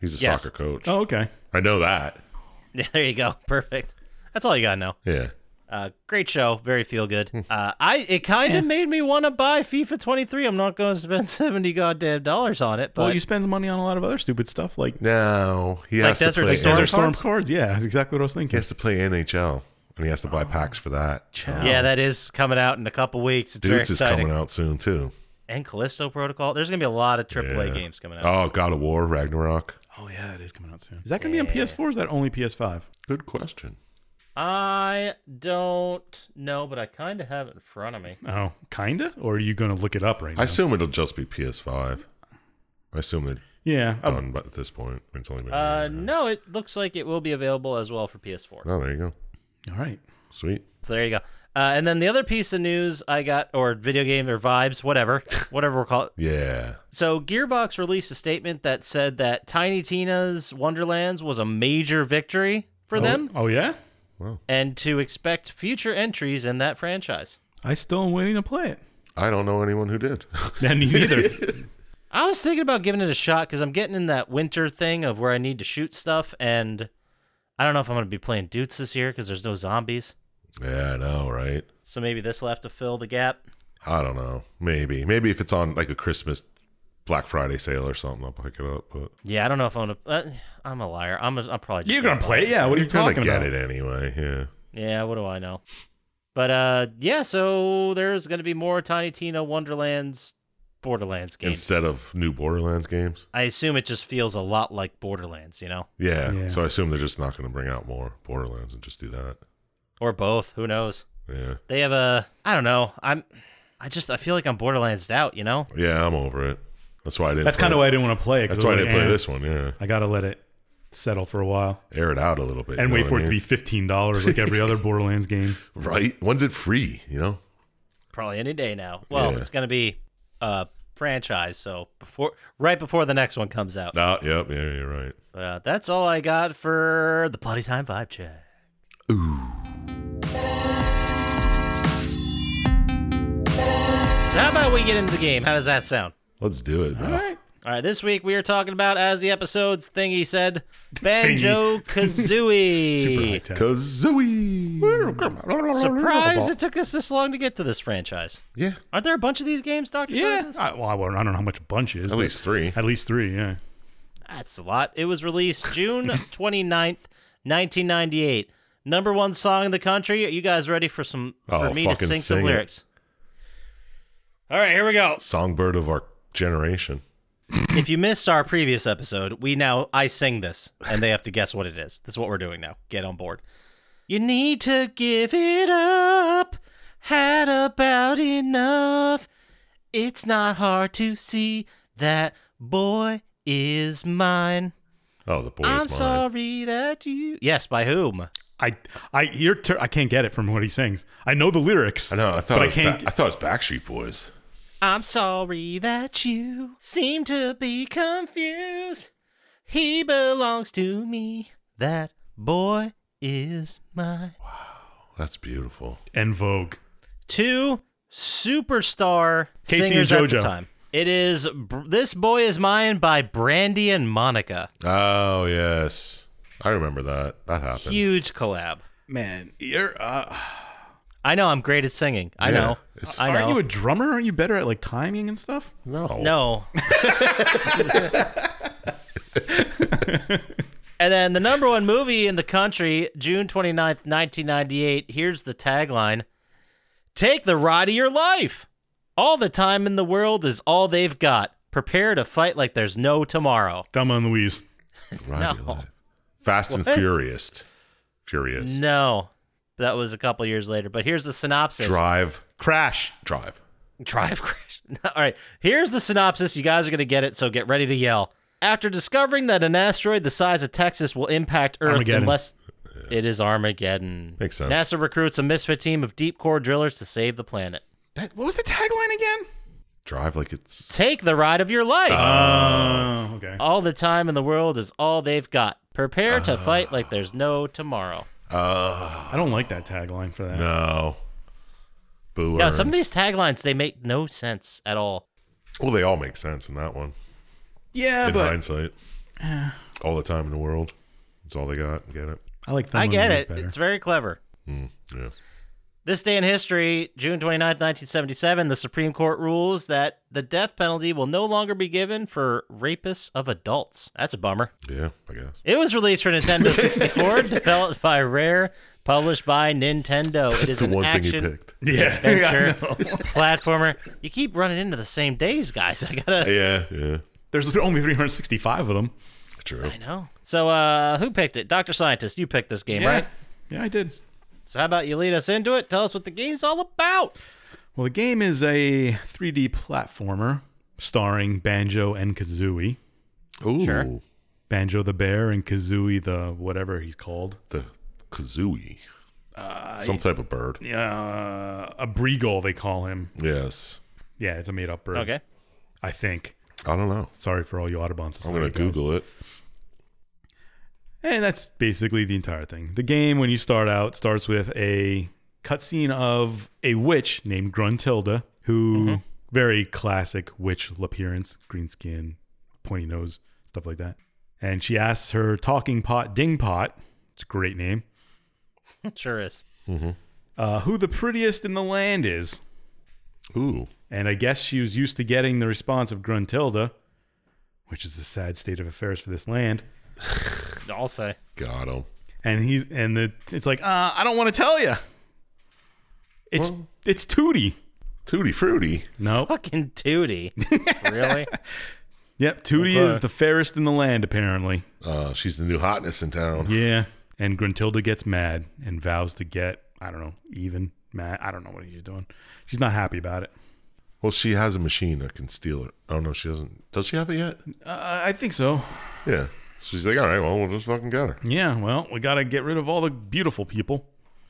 Speaker 3: He's a
Speaker 7: Yes.
Speaker 3: soccer coach.
Speaker 4: Oh, okay.
Speaker 3: I know that.
Speaker 7: there you go. Perfect. That's all you got to know.
Speaker 3: Yeah.
Speaker 7: Uh, great show, very feel good. Uh, I it kind of made me want to buy FIFA 23. I'm not going to spend 70 goddamn dollars on it, but
Speaker 4: well, you spend money on a lot of other stupid stuff like
Speaker 3: No, he has
Speaker 7: Like
Speaker 3: to
Speaker 7: Desert
Speaker 3: play.
Speaker 7: Storm?
Speaker 4: Desert
Speaker 7: cards?
Speaker 4: Storm cards. Yeah, that's exactly what I was
Speaker 3: He
Speaker 4: thinking.
Speaker 3: has to play NHL, and he has to buy packs for that. So,
Speaker 7: Yeah, that is coming out in a couple weeks. It's very
Speaker 3: Dudes is
Speaker 7: exciting.
Speaker 3: coming out soon too.
Speaker 7: And Callisto Protocol. There's gonna be a lot of AAA
Speaker 3: Yeah.
Speaker 7: games coming out.
Speaker 3: Oh, God of War, Ragnarok.
Speaker 4: Oh, yeah, it is coming out soon. Is that going to be on PS4 or is that only PS5?
Speaker 3: Good question.
Speaker 7: I don't know, but I kind of have it in front of me.
Speaker 4: Oh, kind of? Or are you going to look it up right now?
Speaker 3: I assume it'll just be PS5. I assume they're
Speaker 4: yeah. I-
Speaker 3: done, but at this point, it's only been. a year
Speaker 7: Oh. Uh,
Speaker 3: and a
Speaker 7: no, it looks like it will be available as well for PS4.
Speaker 3: half. Oh, there you go.
Speaker 4: all right.
Speaker 3: Sweet.
Speaker 7: So there you go. Uh, and then the other piece of news I got, or video game, or vibes, whatever, whatever we're calling.
Speaker 3: Yeah.
Speaker 7: So Gearbox released a statement that said that Tiny Tina's Wonderlands was a major victory for them,
Speaker 4: Oh, yeah?
Speaker 7: and to expect future entries in that franchise.
Speaker 4: I still am waiting to play it.
Speaker 3: I don't know anyone who did.
Speaker 4: Yeah, me neither.
Speaker 7: I was thinking about giving it a shot because I'm getting in that winter thing of where I need to shoot stuff, and I don't know if I'm going to be playing Dutes this year because there's no zombies.
Speaker 3: yeah, I know, right?
Speaker 7: So maybe this will have to fill the gap.
Speaker 3: I don't know. Maybe. Maybe if it's on like a Christmas Black Friday sale or something, I'll pick it up. But
Speaker 7: Yeah, I don't know if I'm going to. Uh, I'm a liar. I'm, a, I'm probably just
Speaker 4: You're going to play it? Yeah. What are you
Speaker 3: you're gonna
Speaker 4: talking
Speaker 3: get
Speaker 4: about?
Speaker 3: it anyway. Yeah.
Speaker 7: Yeah, what do I know? But uh, yeah, so there's going to be more Tiny Tina Wonderlands Borderlands games.
Speaker 3: Instead of new Borderlands games.
Speaker 7: I assume it just feels a lot like Borderlands, you know?
Speaker 3: Yeah.
Speaker 4: Yeah.
Speaker 3: So I assume they're just not going to bring out more Borderlands and just do that.
Speaker 7: Or both. Who knows?
Speaker 3: Yeah.
Speaker 7: They have a. I don't know. I'm. I just. I feel like I'm Borderlands out, you know?
Speaker 3: Yeah, I'm over it. That's why I didn't.
Speaker 4: That's
Speaker 3: play
Speaker 4: kind of
Speaker 3: it.
Speaker 4: why I didn't want to play it. 'cause
Speaker 3: That's why I
Speaker 4: was
Speaker 3: didn't
Speaker 4: like,
Speaker 3: play
Speaker 4: "Eh,
Speaker 3: this one. Yeah.
Speaker 4: I gotta let it settle for a while
Speaker 3: Air it out a little bit.
Speaker 4: and
Speaker 3: you
Speaker 4: wait
Speaker 3: know
Speaker 4: for
Speaker 3: what
Speaker 4: it
Speaker 3: I
Speaker 4: to be fifteen dollars like every other Borderlands game.
Speaker 3: mean? right. When's it free? You know.
Speaker 7: Probably any day now. Well,
Speaker 3: Yeah.
Speaker 7: it's going to be uh franchise, so before right before the next one comes out.
Speaker 3: Ah, yep. Yeah, you're right.
Speaker 7: But uh, that's all I got for the Bloody Time Vibe Check. Ooh. So how about we get into the game? How does that sound?
Speaker 3: Let's do it. All right.
Speaker 7: All right, this week we are talking about, as the episode's thingy said, Banjo Kazooie.
Speaker 4: Super high tech.
Speaker 3: Kazooie.
Speaker 7: Surprised it took us this long to get to this franchise.
Speaker 3: Yeah.
Speaker 7: Aren't there a bunch of these games, Doctor?
Speaker 4: Yeah. I, well, I don't I don't know how much a bunch is.
Speaker 3: At
Speaker 4: but
Speaker 3: least three.
Speaker 4: At least three. Yeah.
Speaker 7: That's a lot. It was released June 29th, 1998. Number one song in the country. Are you guys ready for some for
Speaker 3: Oh,
Speaker 7: me to
Speaker 3: fucking
Speaker 7: sing, some
Speaker 3: sing it.
Speaker 7: lyrics? All right, here we go.
Speaker 3: Songbird of our generation.
Speaker 7: if you missed our previous episode, we now I sing this and they have to guess what it is. This is what we're doing now. Get on board. You need to give it up. Had about enough. It's not hard to see that boy is mine.
Speaker 3: Oh, the boy
Speaker 7: I'm
Speaker 3: is mine.
Speaker 7: sorry that you. Yes, by whom?
Speaker 4: I I you're ter- I can't get it from what he sings. I know the lyrics.
Speaker 3: I know. I thought
Speaker 4: but
Speaker 3: it
Speaker 4: I
Speaker 3: was
Speaker 4: can't.
Speaker 3: Ba- I thought it was Backstreet Boys.
Speaker 7: I'm sorry that you seem to be confused. He belongs to me. That boy is mine.
Speaker 3: That's beautiful.
Speaker 4: and Vogue.
Speaker 7: Two superstar
Speaker 4: Casey and
Speaker 7: singers at the
Speaker 4: JoJo.
Speaker 7: time. It is Br- This Boy Is Mine by Brandy and Monica.
Speaker 3: Oh yes, I remember that. That happened.
Speaker 7: Huge collab.
Speaker 4: Man, you're. Uh,
Speaker 7: I know I'm great at singing. I
Speaker 3: Yeah,
Speaker 7: know.
Speaker 3: it's-
Speaker 7: I
Speaker 4: aren't
Speaker 7: know.
Speaker 4: you a drummer? Aren't you better at like timing and stuff?
Speaker 3: no,
Speaker 7: No. and then the number one movie in the country, June 29th, 1998. Here's the tagline Take the ride of your life. All the time in the world is all they've got. Prepare to fight like there's no tomorrow.
Speaker 4: Thelma and Louise.
Speaker 3: Ride your
Speaker 7: No.
Speaker 3: life. Fast and
Speaker 7: What?
Speaker 3: Furious. Furious.
Speaker 7: No. That was a couple years later. But here's the synopsis
Speaker 3: Drive.
Speaker 4: Crash.
Speaker 3: Drive.
Speaker 7: Drive crash. All right. Here's the synopsis. You guys are going to get it, so get ready to yell. After discovering that an asteroid the size of Texas will impact Earth
Speaker 4: Armageddon.
Speaker 7: unless it is Armageddon.
Speaker 3: Makes sense.
Speaker 7: NASA recruits a misfit team of deep core drillers to save the planet.
Speaker 4: That, what was the tagline again?
Speaker 3: Drive like it's.
Speaker 7: Take the ride of your life.
Speaker 4: Oh, okay.
Speaker 7: all the time in the world is all they've got. Prepare to fight like there's no tomorrow.
Speaker 4: I don't like that tagline for that.
Speaker 3: No. Boo.
Speaker 7: Yeah, some of
Speaker 3: earns.
Speaker 7: these taglines they make no sense at all.
Speaker 3: Well, they all make sense in that one.
Speaker 4: Yeah,
Speaker 3: in
Speaker 4: but
Speaker 3: hindsight, all the time in the world, it's all they got. Get it? Hmm.
Speaker 4: I like. Thelma
Speaker 7: I
Speaker 4: and
Speaker 7: get
Speaker 4: Louise
Speaker 7: it.
Speaker 4: better.
Speaker 7: It's very clever.
Speaker 3: Yeah.
Speaker 7: This day in history, June 29th, 1977, the Supreme Court rules that the death penalty will no longer be given for rapists of adults. That's a bummer.
Speaker 3: Yeah. I guess.
Speaker 7: It was released for Nintendo 64, developed by Rare, published by Nintendo. it is
Speaker 3: the
Speaker 7: an
Speaker 3: one thing
Speaker 7: action
Speaker 3: he picked.
Speaker 4: yeah.
Speaker 7: adventure platformer. You keep running into the same days, guys. I gotta.
Speaker 3: Yeah. Yeah.
Speaker 4: There's only 365 of them.
Speaker 3: True.
Speaker 7: I know. So, uh, who picked it? Dr. Scientist, you picked this game, right?
Speaker 4: Yeah, I did.
Speaker 7: So, how about you lead us into it? Tell us what the game's all about.
Speaker 4: Well, the game is a 3D platformer starring Banjo and Kazooie.
Speaker 3: Ooh.
Speaker 7: Sure.
Speaker 4: Banjo the Bear and Kazooie the whatever he's called.
Speaker 3: The kazooie. Some type of bird.
Speaker 4: Uh, a Breagle, they call him.
Speaker 3: Yes.
Speaker 4: Yeah, it's a made up bird.
Speaker 7: Okay.
Speaker 4: I think.
Speaker 3: I don't know.
Speaker 4: Sorry for all you Audubon
Speaker 3: I'm
Speaker 4: Society.
Speaker 3: gonna
Speaker 4: guys.
Speaker 3: Google it.
Speaker 4: And that's basically the entire thing. The game, when you start out, starts with a cutscene of a witch named Gruntilda, who very classic witch appearance, green skin, pointy nose, stuff like that. And she asks her talking pot Dingpot, it's a great name,
Speaker 7: Sure is.
Speaker 4: uh, who the prettiest in the land is.
Speaker 3: Ooh.
Speaker 4: And I guess she was used to getting the response of Gruntilda, which is a sad state of affairs for this land.
Speaker 7: I'll say.
Speaker 3: Got him.
Speaker 4: and he's and the it's like uh, I don't want to tell you. It's it's Tootie.
Speaker 3: Tutti fruity.
Speaker 4: Nope.
Speaker 7: Fucking Tootie. really?
Speaker 4: Yep. Tootie is
Speaker 7: Okay.
Speaker 4: the fairest in the land, apparently.
Speaker 3: Uh, she's the new hotness in town.
Speaker 4: Yeah. And Gruntilda gets mad and vows to get I don't know even mad. I don't know what he's doing. She's not happy about it.
Speaker 3: Well, she has a machine that can steal her. Oh no, she doesn't. Does she have it yet?
Speaker 4: Uh, I think so.
Speaker 3: Yeah. She's like, all right, well, we'll just fucking get her.
Speaker 4: Yeah. Well, we gotta get rid of all the beautiful people,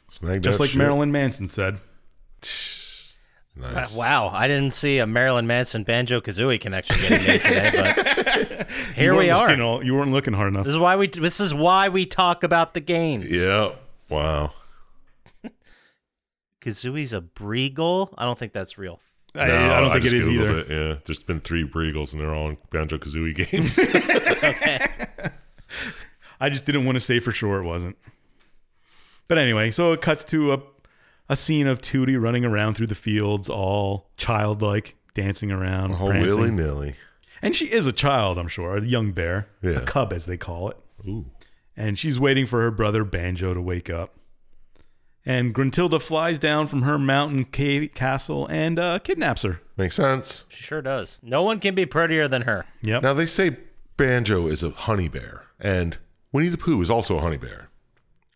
Speaker 3: Snag
Speaker 4: just
Speaker 3: that
Speaker 4: like
Speaker 3: shit.
Speaker 4: Marilyn Manson said.
Speaker 3: Nice.
Speaker 7: Wow, I didn't see a Marilyn Manson Banjo Kazooie connection getting made today, but here
Speaker 4: You
Speaker 7: we
Speaker 4: weren't
Speaker 7: are.
Speaker 4: looking all- you weren't looking hard enough.
Speaker 7: This is why we this is why we talk about the games.
Speaker 3: Yeah. Wow.
Speaker 7: Kazooie's a Breagle. I don't think that's real.
Speaker 4: I,
Speaker 3: No,
Speaker 4: I don't think it
Speaker 3: just
Speaker 4: is
Speaker 3: Googled
Speaker 4: either.
Speaker 3: it, Yeah, there's been three Breagles and they're all in Banjo Kazooie games.
Speaker 4: I just didn't want to say for sure it wasn't. But anyway, so it cuts to a a scene of Tootie running around through the fields, all childlike, dancing around,
Speaker 3: all
Speaker 4: prancing.
Speaker 3: willy nilly.
Speaker 4: and she is a child, I'm sure, a young bear,
Speaker 3: Yeah.
Speaker 4: a cub as they call it.
Speaker 3: Ooh.
Speaker 4: And she's waiting for her brother Banjo to wake up. And Gruntilda flies down from her mountain cave castle and uh, kidnaps her.
Speaker 3: Makes sense.
Speaker 7: She sure does. No one can be prettier than her.
Speaker 4: Yep.
Speaker 3: Now they say Banjo is a honey bear, and Winnie the Pooh is also a honey bear.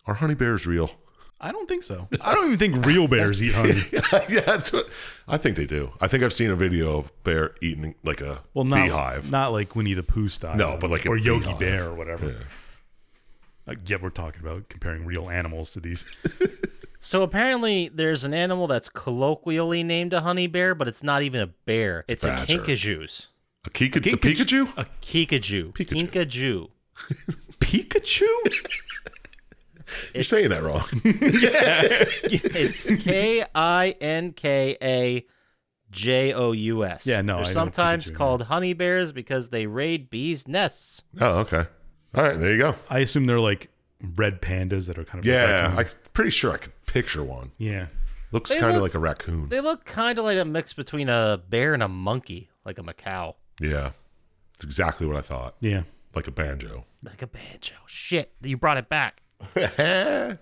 Speaker 3: Are honey bears real?
Speaker 4: I don't think so. I don't even think real bears eat honey.
Speaker 3: yeah, that's what I think they do. I think I've seen a video of a bear eating like a
Speaker 4: Well, not
Speaker 3: beehive.
Speaker 4: not like Winnie the Pooh style.
Speaker 3: No, but like a
Speaker 4: or Yogi
Speaker 3: beehive.
Speaker 4: Bear or whatever. Uh, yeah, we're talking about comparing real animals to these.
Speaker 7: So apparently, there's an animal that's colloquially named a honey bear, but it's not even a bear. It's, a,
Speaker 3: badger.
Speaker 7: kinkajou's.
Speaker 3: A Kika, the Pikachu?
Speaker 7: A kinkajou.
Speaker 3: Pikachu.
Speaker 7: Kinkajou.
Speaker 4: Pikachu?
Speaker 3: You're saying that wrong.
Speaker 7: It's K I N K A J O U S.
Speaker 4: Yeah, no, I know
Speaker 7: They're
Speaker 4: Pikachu,
Speaker 7: sometimes
Speaker 4: yeah.
Speaker 7: called honey bears because they raid bees' nests.
Speaker 3: oh, okay. All right, there you go.
Speaker 4: I assume they're like red pandas that are kind of
Speaker 3: Yeah,
Speaker 4: raccoons.
Speaker 3: I'm pretty sure I could picture one.
Speaker 4: yeah.
Speaker 3: Looks
Speaker 7: They
Speaker 3: kind of
Speaker 7: look-
Speaker 3: like a raccoon.
Speaker 7: They look kind of like a mix between a bear and a monkey, like a macaw,
Speaker 3: yeah, it's exactly what I thought.
Speaker 4: Yeah.
Speaker 3: Like a banjo.
Speaker 7: like a banjo. Shit, you brought it back.
Speaker 3: yeah,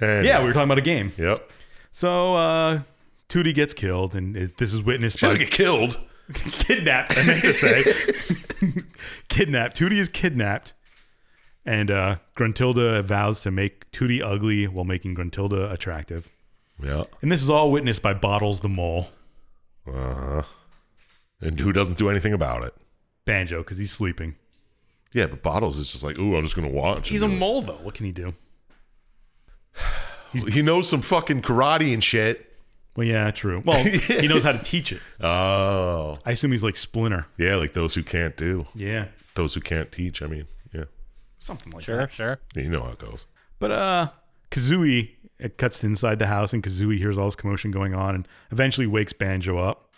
Speaker 4: Yeah, we were talking about a game.
Speaker 3: Yep.
Speaker 4: So uh Tootie gets killed, and it, this is witnessed
Speaker 3: She
Speaker 4: by
Speaker 3: doesn't get killed.
Speaker 4: kidnapped. I meant to say kidnapped. Tootie is kidnapped, and uh, Gruntilda vows to make Tootie ugly while making Gruntilda attractive.
Speaker 3: Yeah.
Speaker 4: And this is all witnessed by Bottles the mole,
Speaker 3: Uh-huh. And who doesn't do anything about it?
Speaker 4: Banjo, because he's sleeping.
Speaker 3: Yeah, but Bottles is just like, ooh, I'm just gonna watch.
Speaker 4: He's a
Speaker 3: And
Speaker 4: mole, though. What can he do?
Speaker 3: he- he knows some fucking karate and shit.
Speaker 4: Well, yeah, true. Well, he knows how to teach it.
Speaker 3: Oh,
Speaker 4: I assume he's like Splinter.
Speaker 3: yeah, like those who can't do,
Speaker 4: Yeah,
Speaker 3: those who can't teach. I mean, yeah,
Speaker 4: something like
Speaker 7: Sure,
Speaker 4: that.
Speaker 7: sure.
Speaker 3: you know how it goes.
Speaker 4: But uh, Kazooie it cuts to inside the house, and Kazooie hears all this commotion going on, and eventually wakes Banjo up.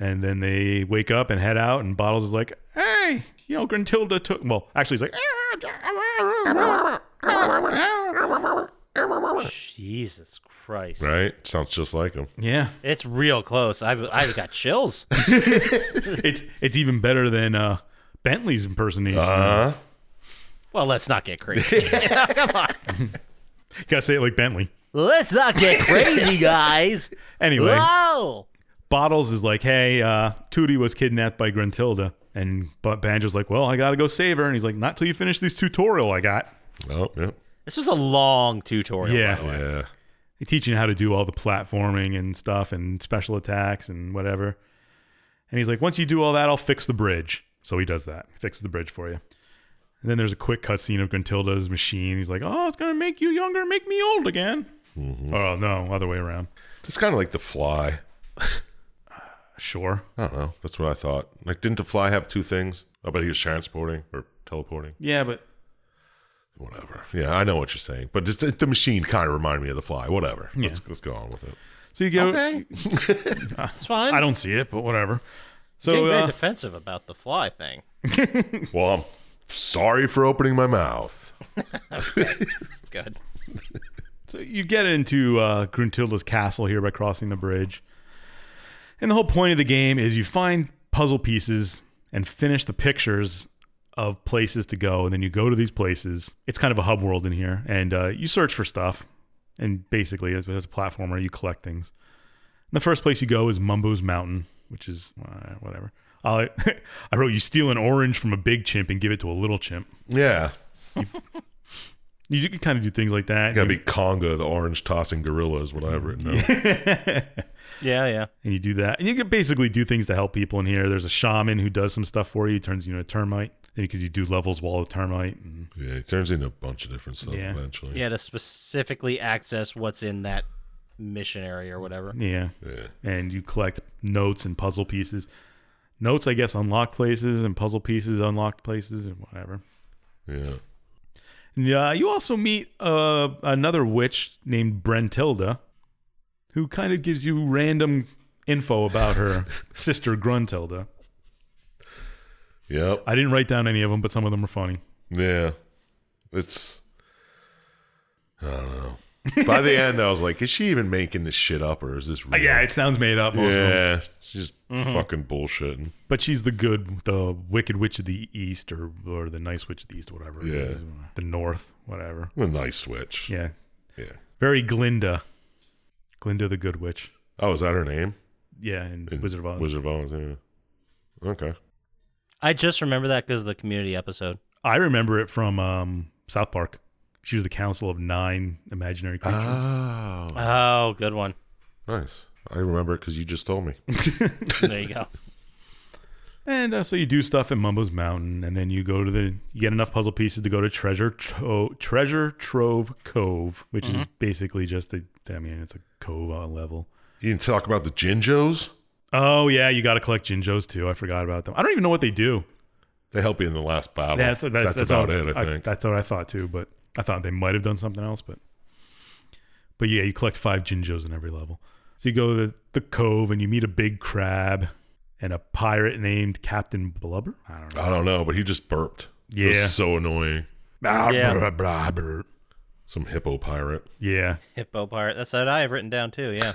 Speaker 4: And then they wake up and head out, and Bottles is like, "Hey, you know, Gruntilda took." Well, actually, he's like,
Speaker 7: Jesus Christ.
Speaker 3: Right? Sounds just like him.
Speaker 4: "Yeah,
Speaker 7: It's real close. I've, I've got chills.
Speaker 4: it's it's even better than uh, Bentley's impersonation."
Speaker 3: Uh,
Speaker 7: well, let's not get crazy. Come on.
Speaker 4: You gotta say it like Bentley.
Speaker 7: Let's not get crazy, guys.
Speaker 4: Anyway,
Speaker 7: Whoa.
Speaker 4: Bottles is like, "Hey, uh, Tootie was kidnapped by Gruntilda," and but Banjo's like, "Well, I gotta go save her," and he's like, "Not till you finish this tutorial I got."
Speaker 3: oh, yeah,
Speaker 7: This was a long tutorial.
Speaker 4: yeah.
Speaker 3: yeah.
Speaker 4: They teach you how to do all the platforming and stuff and special attacks and whatever. And he's like, once you do all that, I'll fix the bridge. So he does that. He fixes the bridge for you. And then there's a quick cutscene of Gruntilda's machine. He's like, oh, it's going to make you younger, make me old again. Oh, no, other way around.
Speaker 3: It's kind of like the fly.
Speaker 4: Sure.
Speaker 3: I don't know. That's what I thought. Like, didn't the fly have two things? I bet he was transporting or teleporting,
Speaker 4: Yeah, but
Speaker 3: whatever. Yeah, I know what you're saying, but just the machine kind of reminded me of the fly. Whatever. Let's let's go on with it.
Speaker 4: so you go.
Speaker 7: Okay. it's fine.
Speaker 4: I don't see it, but whatever.
Speaker 7: Getting
Speaker 4: So
Speaker 7: very
Speaker 4: uh,
Speaker 7: defensive about the fly thing.
Speaker 3: Well, I'm sorry for opening my mouth.
Speaker 7: Good.
Speaker 4: So you get into uh, Gruntilda's castle here by crossing the bridge. And the whole point of the game is you find puzzle pieces and finish the pictures of places to go. And then you go to these places. It's kind of a hub world in here. And uh, you search for stuff. And basically, as, as a platformer, you collect things. And the first place you go is Mumbo's Mountain, which is uh, whatever. I, I wrote, you steal an orange from a big chimp and give it to a little chimp.
Speaker 3: Yeah,
Speaker 4: You, you can kind of do things like that.
Speaker 3: gotta be Conga, the orange tossing gorilla is what I've written. down.
Speaker 7: Yeah, yeah.
Speaker 4: and you do that. And you can basically do things to help people in here. There's a shaman who does some stuff for you, He turns you into a termite, because you do levels while a termite. And
Speaker 3: Yeah, it turns into a bunch of different stuff
Speaker 4: Yeah.
Speaker 3: eventually.
Speaker 7: Yeah, to specifically access what's in that mission area or whatever.
Speaker 4: yeah,
Speaker 3: Yeah.
Speaker 4: and you collect notes and puzzle pieces. Notes, I guess, unlock places, and puzzle pieces unlock places, and whatever.
Speaker 3: Yeah.
Speaker 4: And, uh, you also meet uh, another witch named Brentilda, who kind of gives you random info about her sister Gruntilda.
Speaker 3: Yep.
Speaker 4: I didn't write down any of them, but some of them are funny.
Speaker 3: Yeah. It's I don't know. By the end I was like, is she even making this shit up or is this real?
Speaker 4: Uh, Yeah, it sounds made up. Most of them.
Speaker 3: Yeah. She's just
Speaker 4: Mm-hmm.
Speaker 3: fucking bullshitting.
Speaker 4: But she's the good, the wicked witch of the east, or or the nice witch of the east, whatever. it
Speaker 3: Yeah.
Speaker 4: is. the north, whatever.
Speaker 3: A nice switch.
Speaker 4: Yeah,
Speaker 3: Yeah.
Speaker 4: very Glinda, Glinda the good witch.
Speaker 3: Oh, is that her name?
Speaker 4: Yeah, and
Speaker 3: In
Speaker 4: Wizard of Oz.
Speaker 3: Wizard of Oz, yeah. Okay.
Speaker 7: I just remember that because of the community episode.
Speaker 4: I remember it from um, South Park. She was the council of nine imaginary creatures.
Speaker 3: Oh.
Speaker 7: Oh, good one.
Speaker 3: Nice. I remember it because you just told me.
Speaker 7: There you go.
Speaker 4: And uh, so you do stuff in Mumbo's Mountain, and then you go to the you get enough puzzle pieces to go to Treasure Tro- Treasure Trove Cove, which is basically just the I mean it's a cove on a level.
Speaker 3: You can talk about the Jinjos.
Speaker 4: Oh yeah, you got to collect Jinjos too. I forgot about them. I don't even know what they do.
Speaker 3: They help you in the last battle.
Speaker 4: That's,
Speaker 3: Oh, That's,
Speaker 4: that-
Speaker 3: about
Speaker 4: all-
Speaker 3: it, I think.
Speaker 4: that's what I thought too, but I thought they might have done something else, but but yeah, you collect five Jinjos in every level. So you go to the, the cove and you meet a big crab and a pirate named Captain Blubber. I don't know.
Speaker 3: I don't know, but he just burped. It was
Speaker 4: Yeah.
Speaker 3: so annoying. ah,
Speaker 7: Yeah.
Speaker 4: Blah, blah, blah.
Speaker 3: Some hippo pirate.
Speaker 4: Yeah.
Speaker 7: Hippo pirate. That's what I have written down too. Yeah,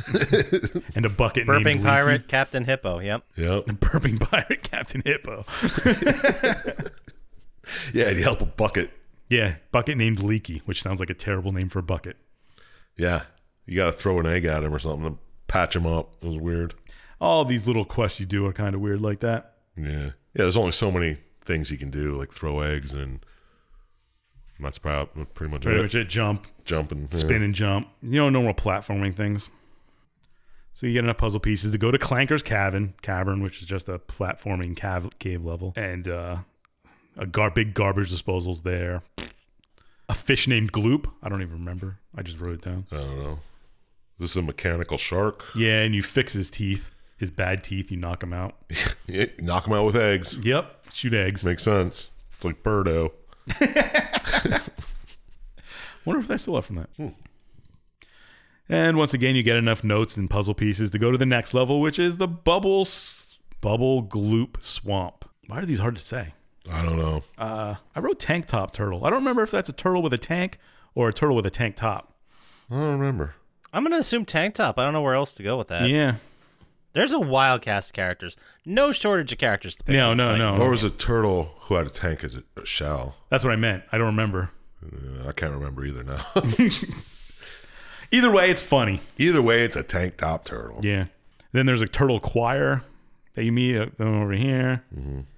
Speaker 4: And a bucket named
Speaker 7: burping
Speaker 4: Leaky.
Speaker 7: pirate, Captain Hippo. Yep.
Speaker 3: Yep.
Speaker 4: Burping pirate Captain Hippo.
Speaker 3: Yeah, he'd help a bucket.
Speaker 4: Yeah, bucket named Leaky, which sounds like a terrible name for a bucket.
Speaker 3: Yeah. You got to throw an egg at him or something to patch him up. It was weird.
Speaker 4: All these little quests you do are kind of weird like that.
Speaker 3: Yeah. Yeah, there's only so many things you can do, like throw eggs and and that's probably pretty much
Speaker 4: Pretty
Speaker 3: it.
Speaker 4: much it. Jump,
Speaker 3: Jumping. yeah.
Speaker 4: spin and jump. You know, normal platforming things. So you get enough puzzle pieces to go to Clanker's Cavern, cavern, which is just a platforming cav- cave level, and uh, a gar- big garbage disposal's there. A fish named Gloop. I don't even remember. I just wrote it down.
Speaker 3: I don't know. This is a mechanical shark.
Speaker 4: Yeah, and you fix his teeth, his bad teeth. You knock him out.
Speaker 3: Yeah, knock him out with eggs.
Speaker 4: Yep, shoot eggs.
Speaker 3: Makes sense. It's like Birdo.
Speaker 4: Wonder if they still up from that. And once again, you get enough notes and puzzle pieces to go to the next level, which is the bubble s- bubble gloop swamp. Why are these hard to say?
Speaker 3: I don't know.
Speaker 4: Uh, I wrote tank top turtle. I don't remember if that's a turtle with a tank or a turtle with a tank top.
Speaker 3: I don't remember.
Speaker 7: I'm gonna assume tank top. I don't know where else to go with that.
Speaker 4: yeah.
Speaker 7: There's a wild cast of characters. No shortage of characters to pick.
Speaker 4: No,
Speaker 7: from,
Speaker 4: no,
Speaker 7: like-
Speaker 4: no.
Speaker 3: Or was it turtle who had a tank as a shell?
Speaker 4: That's what I meant. I don't remember.
Speaker 3: Uh, I can't remember either now.
Speaker 4: Either way, it's funny.
Speaker 3: either way, it's a tank top turtle.
Speaker 4: Yeah. Then there's a turtle choir that you meet uh, them over here,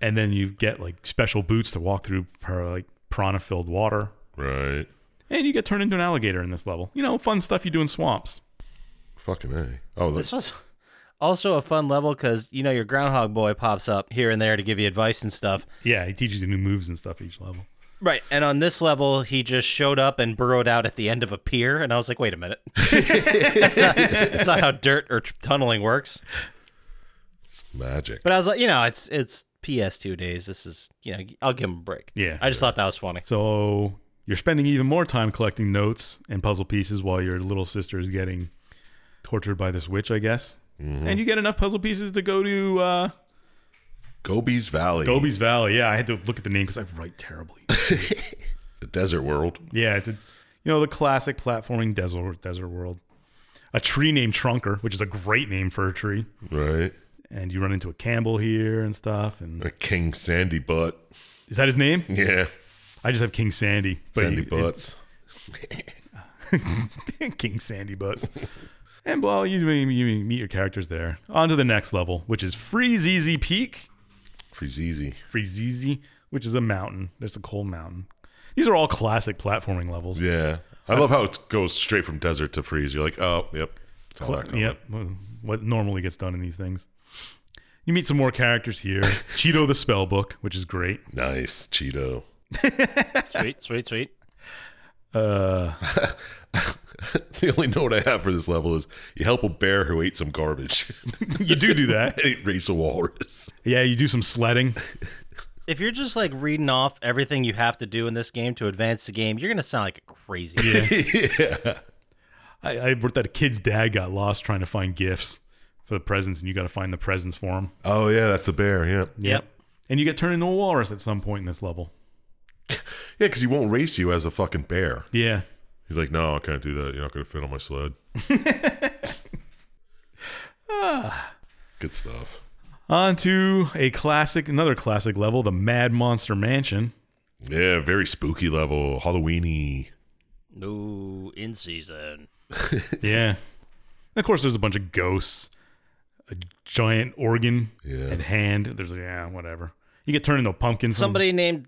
Speaker 4: and then you get like special boots to walk through per, like piranha filled water,
Speaker 3: Right.
Speaker 4: and you get turned into an alligator in this level. You know, fun stuff you do in swamps.
Speaker 3: Fucking A. Oh,
Speaker 7: This
Speaker 3: that's
Speaker 7: was also a fun level because you know your groundhog boy pops up here and there to give you advice and stuff.
Speaker 4: Yeah, he teaches you new moves and stuff each level.
Speaker 7: Right. And on this level, he just showed up and burrowed out at the end of a pier, and I was like, wait a minute. that's, not, that's not how dirt or tr- tunneling works.
Speaker 3: magic.
Speaker 7: But I was like, you know, it's it's PS2 days. This is, you know, I'll give him a break.
Speaker 4: Yeah.
Speaker 7: I just thought that was funny.
Speaker 4: So you're spending even more time collecting notes and puzzle pieces while your little sister is getting tortured by this witch, I guess. And you get enough puzzle pieces to go to uh,
Speaker 3: Gobi's Valley.
Speaker 4: Gobi's Valley. Yeah, I had to look at the name because I write terribly.
Speaker 3: The desert world.
Speaker 4: Yeah, it's a, you know the classic platforming desert desert world. A tree named Trunker, which is a great name for a tree,
Speaker 3: Right.
Speaker 4: and you run into a Campbell here and stuff. And
Speaker 3: A King Sandy Butt.
Speaker 4: is that his name?
Speaker 3: Yeah.
Speaker 4: I just have King Sandy.
Speaker 3: Sandy
Speaker 4: he- it's-
Speaker 3: Butts.
Speaker 4: King Sandy Butts. and blah, you, you meet your characters there. On to the next level, which is Freezeezy Peak.
Speaker 3: Pretty easy.
Speaker 4: Freezeezy, which is a mountain. There's a cold mountain. These are all classic platforming levels.
Speaker 3: Yeah. I love how it goes straight from desert to freeze. You're like, oh, yep. It's all that
Speaker 4: Yep. What normally gets done in these things. You meet some more characters here. Cheeto the Spellbook, which is great.
Speaker 3: Nice. Cheeto.
Speaker 7: Sweet, sweet, sweet.
Speaker 3: The only note I have for this level is you help a bear who ate some garbage.
Speaker 4: You do do that.
Speaker 3: It race a walrus.
Speaker 4: Yeah, you do some sledding.
Speaker 7: If you're just like reading off everything you have to do in this game to advance the game, you're going to sound like a crazy.
Speaker 4: I, I wrote that a kid's dad got lost trying to find gifts for the presents, and you got to find the presents for him.
Speaker 3: Oh, yeah. That's the bear. Yeah. Yeah,
Speaker 7: Yep.
Speaker 4: And you get turned into a walrus at some point in this level.
Speaker 3: because he won't race you as a fucking bear.
Speaker 4: Yeah.
Speaker 3: He's like, no, I can't do that. You're not going to fit on my sled. Good stuff.
Speaker 4: On to a classic, another classic level, the Mad Monster Mansion.
Speaker 3: Yeah, very spooky level, Halloweeny.
Speaker 7: No, in season.
Speaker 4: Yeah. And of course, there's a bunch of ghosts, a giant organ
Speaker 3: Yeah.
Speaker 4: and hand. There's like, yeah, whatever. You get turned into a pumpkin. some-
Speaker 7: Somebody named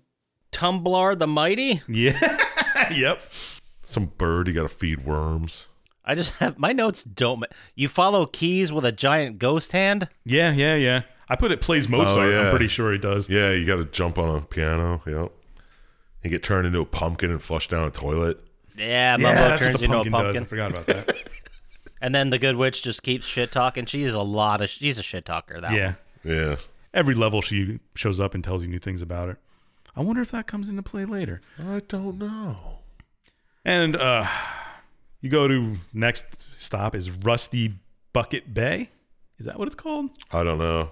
Speaker 7: Tumblar the Mighty.
Speaker 4: Yeah. yep.
Speaker 3: Some bird you got to feed worms.
Speaker 7: I just have my notes don't. ma- You follow keys with a giant ghost hand.
Speaker 4: Yeah, yeah, yeah. I put it plays Mozart.
Speaker 3: Oh, yeah.
Speaker 4: I'm pretty sure it does.
Speaker 3: Yeah, you got to jump on a piano. Yep. You get turned into a pumpkin and flushed down a toilet.
Speaker 4: Yeah,
Speaker 7: Yeah, Mumbo
Speaker 4: that's what
Speaker 7: turns
Speaker 4: the
Speaker 7: into a
Speaker 4: pumpkin does.
Speaker 7: pumpkin.
Speaker 4: I forgot about that.
Speaker 7: And then the good witch just keeps shit talking. She's a lot of she's a shit talker. That
Speaker 4: yeah.
Speaker 3: Yeah.
Speaker 4: Every level she shows up and tells you new things about her. I wonder if that comes into play later.
Speaker 3: I don't know.
Speaker 4: And uh you go to next stop is Rusty Bucket Bay. Is that what it's called?
Speaker 3: I don't know.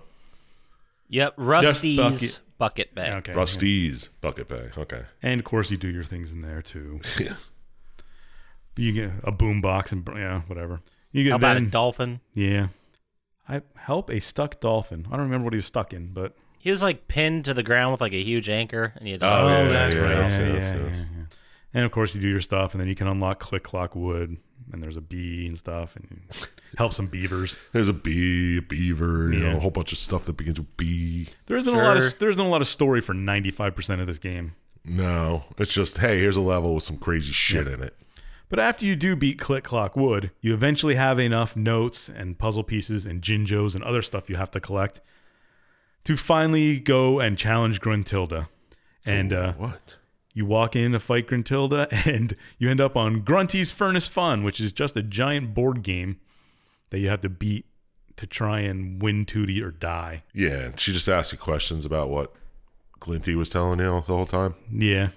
Speaker 7: Yep. Rusty's bucket,
Speaker 4: bucket-
Speaker 7: bag.
Speaker 4: Okay.
Speaker 3: Rusty's bucket bag. Okay.
Speaker 4: And of course you do your things in there too.
Speaker 3: Yeah.
Speaker 4: You get a boom box and yeah, whatever. You get
Speaker 7: How about
Speaker 4: then-
Speaker 7: a dolphin?
Speaker 4: Yeah. I help a stuck dolphin. I don't remember what he was stuck in, but
Speaker 7: He was like pinned to the ground with like a huge anchor, and he had
Speaker 3: Oh, yeah, yeah, yes,
Speaker 4: Yeah,
Speaker 3: yes,
Speaker 4: yeah,
Speaker 3: yes.
Speaker 4: yeah, yeah. And of course, you do your stuff, and then you can unlock click clock wood, and there's a bee and stuff, and you help some beavers.
Speaker 3: There's a bee, a beaver, you know,
Speaker 4: Yeah.
Speaker 3: a whole bunch of stuff that begins with B.
Speaker 4: There isn't a lot
Speaker 7: Sure.
Speaker 4: of there isn't a lot of story for ninety five percent of this game.
Speaker 3: No, it's just hey, here's a level with some crazy shit in it.
Speaker 4: But after you do beat Click Clock Wood, you eventually have enough notes and puzzle pieces and Jinjos and other stuff you have to collect to finally go and challenge Gruntilda. And uh,
Speaker 3: What?
Speaker 4: you walk in to fight Gruntilda, and you end up on Grunty's Furnace Fun, which is just a giant board game that you have to beat to try and win Tootie or die.
Speaker 3: Yeah, and she just asked you questions about what Glinty was telling you the whole time.
Speaker 4: Yeah.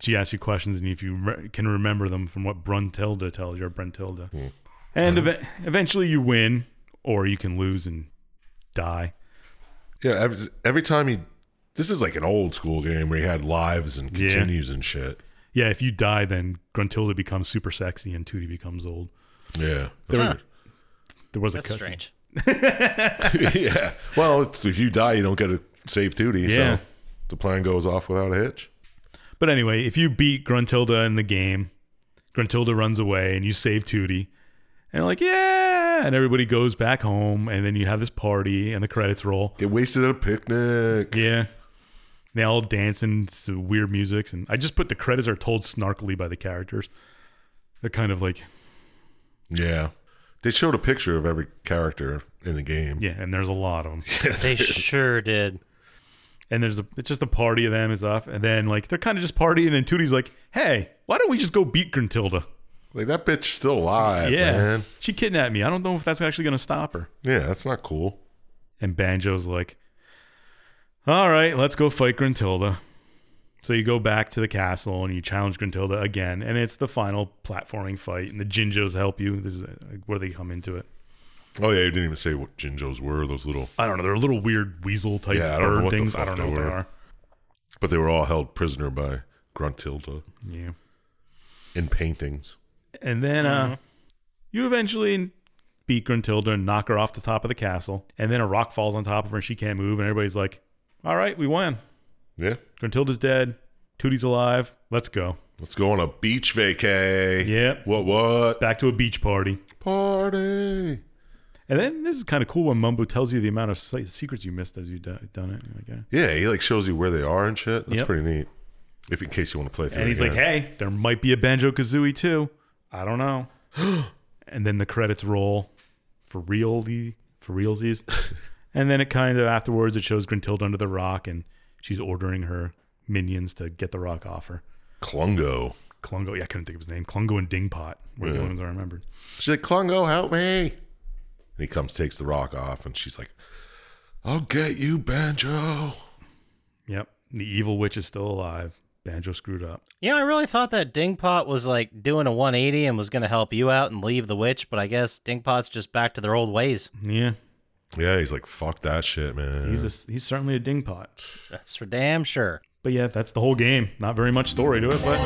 Speaker 4: She asks you questions, and if you re- can remember them from what Bruntilda tells you, or Bruntilda. And ev- eventually you win, or you can lose and die.
Speaker 3: Yeah, every, every time you, this is like an old school game where you had lives and
Speaker 4: Yeah.
Speaker 3: continues and shit.
Speaker 4: Yeah, if you die, then Gruntilda becomes super sexy and Tootie becomes old.
Speaker 3: Yeah,
Speaker 4: There was, there was a
Speaker 7: That's
Speaker 4: cut-
Speaker 7: strange.
Speaker 3: yeah. Well, it's, if you die, you don't get a save duty.
Speaker 4: Yeah.
Speaker 3: So the plan goes off without a hitch.
Speaker 4: But anyway, if you beat Gruntilda in the game, Gruntilda runs away and you save Tootie. And like, yeah, and everybody goes back home, and then you have this party and the credits roll.
Speaker 3: Get wasted at a picnic.
Speaker 4: Yeah. They all dancing to weird music and I just put the credits are told snarkily by the characters. They're kind of like
Speaker 3: Yeah. They showed a picture of every character in the game.
Speaker 4: yeah, and there's a lot of them.
Speaker 7: They sure did.
Speaker 4: And there's a it's just a party of them and stuff. And then like they're kind of just partying and Tootie's like, "Hey, why don't we just go beat Gruntilda?"
Speaker 3: Like that bitch still alive,
Speaker 4: yeah,
Speaker 3: man.
Speaker 4: she kidnapped me. I don't know if that's actually gonna stop her.
Speaker 3: Yeah, that's not cool.
Speaker 4: And Banjo's like, all right, let's go fight Gruntilda. So you go back to the castle and you challenge Gruntilda again, and it's the final platforming fight, and the Jinjos help you. This is uh, where they come into it.
Speaker 3: Oh yeah, you didn't even say what Jinjos were, those little
Speaker 4: I don't know. They're little weird weasel type
Speaker 3: Yeah, I don't know
Speaker 4: bird
Speaker 3: what the
Speaker 4: things. I
Speaker 3: fuck
Speaker 4: don't know
Speaker 3: they
Speaker 4: what they
Speaker 3: were.
Speaker 4: are.
Speaker 3: but they were all held prisoner by Gruntilda
Speaker 4: Yeah.
Speaker 3: in paintings.
Speaker 4: And then uh, you eventually beat Gruntilda and knock her off the top of the castle, and then a rock falls on top of her and she can't move, and everybody's like, all right, we won.
Speaker 3: Yeah.
Speaker 4: Gruntilda's dead. Tootie's alive. Let's go.
Speaker 3: Let's go on a beach vacay.
Speaker 4: Yep.
Speaker 3: What what?
Speaker 4: Back to a beach party.
Speaker 3: Party.
Speaker 4: And then this is kind of cool when Mumbo tells you the amount of se- secrets you missed as you d- done it. Like, yeah.
Speaker 3: Yeah, he like shows you where they are and shit. That's
Speaker 4: Yep.
Speaker 3: pretty neat. If in case you want to play through
Speaker 4: And
Speaker 3: it
Speaker 4: he's like,
Speaker 3: again.
Speaker 4: "Hey, there might be a banjo kazooie too. I don't know." and then the credits roll for real for realsies. and then it kind of afterwards it shows Gruntilda under the rock and she's ordering her minions to get the rock off her.
Speaker 3: Clungo.
Speaker 4: Klungo, yeah, I couldn't think of his name. Klungo and Dingpot were the
Speaker 3: Yeah.
Speaker 4: only ones I remembered.
Speaker 3: She's like, Klungo, help me. And he comes, takes the rock off, and she's like, I'll get you, Banjo.
Speaker 4: Yep, the evil witch is still alive. Banjo screwed up.
Speaker 7: You know, I really thought that Dingpot was like doing a 180 and was going to help you out and leave the witch, but I guess Dingpot's just back to their old ways.
Speaker 4: Yeah,
Speaker 3: Yeah, he's like, fuck that shit, man.
Speaker 4: he's a, he's certainly a Dingpot.
Speaker 7: That's for damn sure.
Speaker 4: But yeah, that's the whole game. Not very much story to it, but